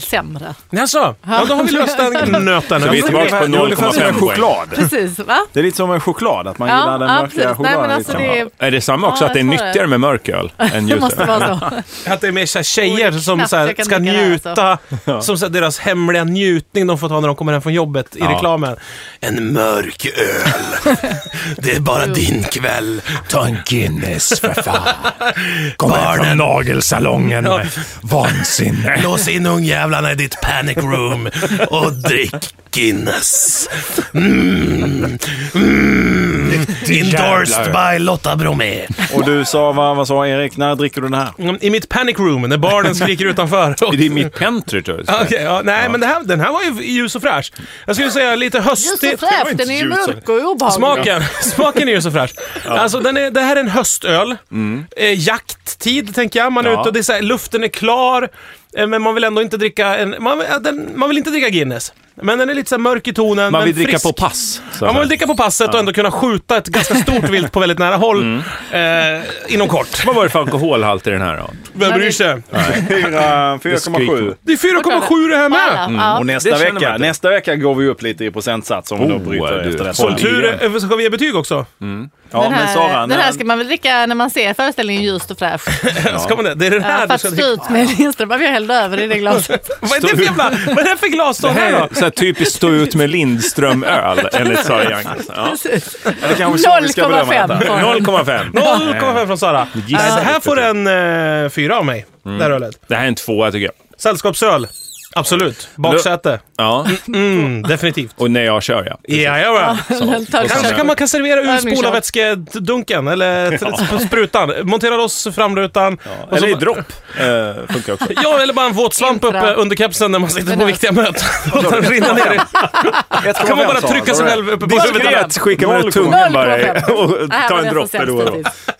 C: sämre.
B: Jaså? Ja, då har vi löst den nöten.
D: Så vi är tillbaka på
F: Det är ungefär som en
D: 0,5 poäng.
F: choklad.
C: Precis, va?
F: Det är lite som en choklad, att man
C: Ja,
F: gillar den
C: ja,
F: mörka
C: precis. Nej,
F: chokladen.
C: men alltså
F: liksom.
C: det,
D: Är det samma också
C: Ja,
D: att det är
C: jag tror det.
D: nyttigare med mörköl än
C: det måste
D: ljusöl?
C: vara så.
B: Att det är mer så här tjejer
C: Oj,
B: som
C: knappt
B: så här
C: jag kan
B: ska
C: dricka det alltså. här,
B: njuta, som så här deras hemliga njutning de får ta när de kommer hem från jobbet i reklamen. En mörk öl. Det är bara din kväll. Ta en
D: Guinness för fan. Kom hem från nagelsalongen med vansinne.
B: Lås in ungjävlarna i ditt panic room och drick Guinness. Mm. Mm. Endorsed by Lotta Bromé.
F: Och du sa, vad, vad sa Erik, när dricker du den här?
B: Mm, I mitt panic room, när barnen skriker utanför. Och-
D: Det är mitt pentry tror jag.
B: Ja, Okej, ja, nej men det här, den här var ju ljus och fräsch. Jag skulle säga lite höstig.
C: Ljus och fräsch, den är ju mörk och obehaglig.
B: alltså. Smaken, smaken är ju så fräsch. Alltså, den är, det här är en höstöl. Eh, jakttid, tänker jag. Man är
D: Mm. Ja.
B: ute och det är så här, luften är klar, eh, men man vill ändå inte dricka en, man, eh, den, man vill inte dricka Guinness. Men den är lite så här mörk i tonen,
D: Man
B: men
D: vill dricka
B: frisk.
D: på pass. så
B: Ja,
D: att
B: man vill
D: säga.
B: dricka på passet och ändå kunna skjuta ett ganska stort vilt på väldigt nära håll eh, inom kort.
D: Mm. Vad var det för alkoholhalt i den här då?
B: Vem bryr sig?
F: Fyra-
D: skriker.
F: 4,7.
B: Det är 4,7 det här med!
C: Ja.
F: Mm. Och
D: Det
F: nästa
D: känner man
F: vecka,
D: inte.
F: nästa vecka går vi upp lite i procentsats om vi då
D: Oh,
F: bryter
D: du.
F: efter detta.
D: Håll
B: Som tur är, eh, ska vi ge betyg också?
F: Ja,
C: Den
F: men
C: här,
F: Sara,
C: den här
F: när-
C: ska man väl dricka när man ser föreställningen ljust och fräsch.
B: Ska man det? Det är den
C: Ja,
B: här
C: för
B: du
C: att
B: ska
C: stå
B: dricka.
C: ut med Lindström. Varför jag hällde över i det glaset.
B: Vad är det för jävla... Vad är det för glasstång här då?
D: Så här typiskt stå ut med Lindström-öl, enligt Sara Young. Ja.
F: det kanske Sara ska bedöma detta.
C: 0,5 får den.
D: 0,5.
B: 0,5 från Sara. Nej, det här får en eh, fyra av mig. Det här ölet.
D: Det här är en tvåa tycker jag.
B: Sällskapsöl. Absolut. Baksäte.
D: Ja.
B: Mm, definitivt.
D: Och när jag kör ja.
B: Jajamän.
C: Tack.
B: Kanske kan man kan servera ur
C: Övningskör.
B: spolarvätskedunken eller t- t- sprutan. Montera loss framrutan. och så-
D: Eller i dropp. Eh, funkar också.
B: Ja, eller bara en våt svamp
C: Infra.
B: uppe under kepsen när man sitter
C: Men
B: på
C: det-
B: viktiga möten. Låt den rinna ner. i- Då kan man bara trycka sig själv uppe på huvudet.
D: Diskret skickar man ut tungan bara i och
C: Det här var
D: tar en
C: nästan
D: droppe då och
C: sämsta
D: då.
C: tips.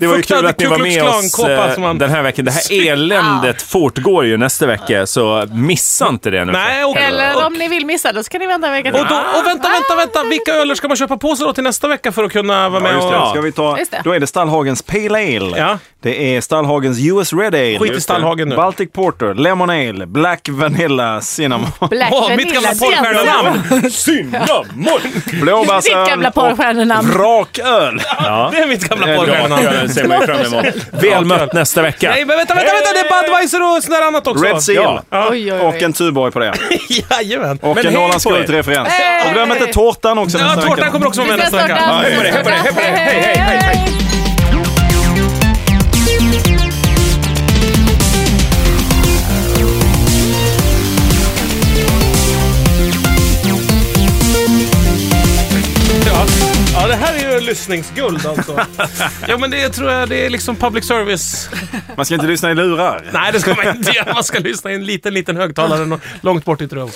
D: Det var ju kul
B: Fuktade
D: att ni var
B: Ku Klux
D: med oss
B: Klan-kåpa
D: eh,
B: som man-
D: den här veckan. Det här eländet fortgår ju nästa vecka, så missa inte det nu.
B: Nej, och-
C: Eller om ni vill missa då ska ni vänta en vecka till.
B: Och, då, och vänta, vänta, vänta! Vilka öler ska man köpa på sig då till nästa vecka för att kunna vara med
D: just det.
B: och...
D: Ja.
F: Ska vi ta,
C: Just det.
F: då är det Stallhagens Pale Ale.
B: Ja.
F: Det är Stallhagens US Red Ale.
B: Skit i Stallhagen nu.
F: Baltic Porter, Lemon Ale, Black Vanilla Cinnamon,
C: Black
B: Åh, mitt
C: Vanilla
B: gamla porrstjärnenamn!
D: Syndamon!
C: Ditt gamla
F: blåbärsöl och
C: porrstjärnenamn.
F: vraköl.
B: Det är mitt gamla
F: Det är bra.
B: porrstjärnenamn.
D: Det ser man ju fram emot. Väl mött nästa vecka.
B: Nej, men vänta, vänta, vänta! Det är Budweiser och sånt där annat också.
F: Red Seal.
C: Oj, oj,
F: Och
C: oj.
F: en Tuborg på det.
B: Jajamän.
F: Och
D: Men
F: en
D: hej
F: Norrlands
D: på er.
F: Gult-referens.
C: Hej!
F: Och glöm inte tårtan också
B: Ja,
F: nästa vecka.
B: tårtan kommer också vara
C: Vi
B: med
C: ses
B: nästa
C: snart.
B: vecka.
C: Hej på dig, hej på dig, hej på dig, hej, hej, hej, hej.
B: Ja. ja, det här är ju lyssningsguld alltså. Ja, men det tror jag det är liksom public service.
F: Man ska inte lyssna i lurar.
B: Nej, det ska man inte göra. Man ska lyssna i en liten, liten högtalare nå- långt bort i ett rum.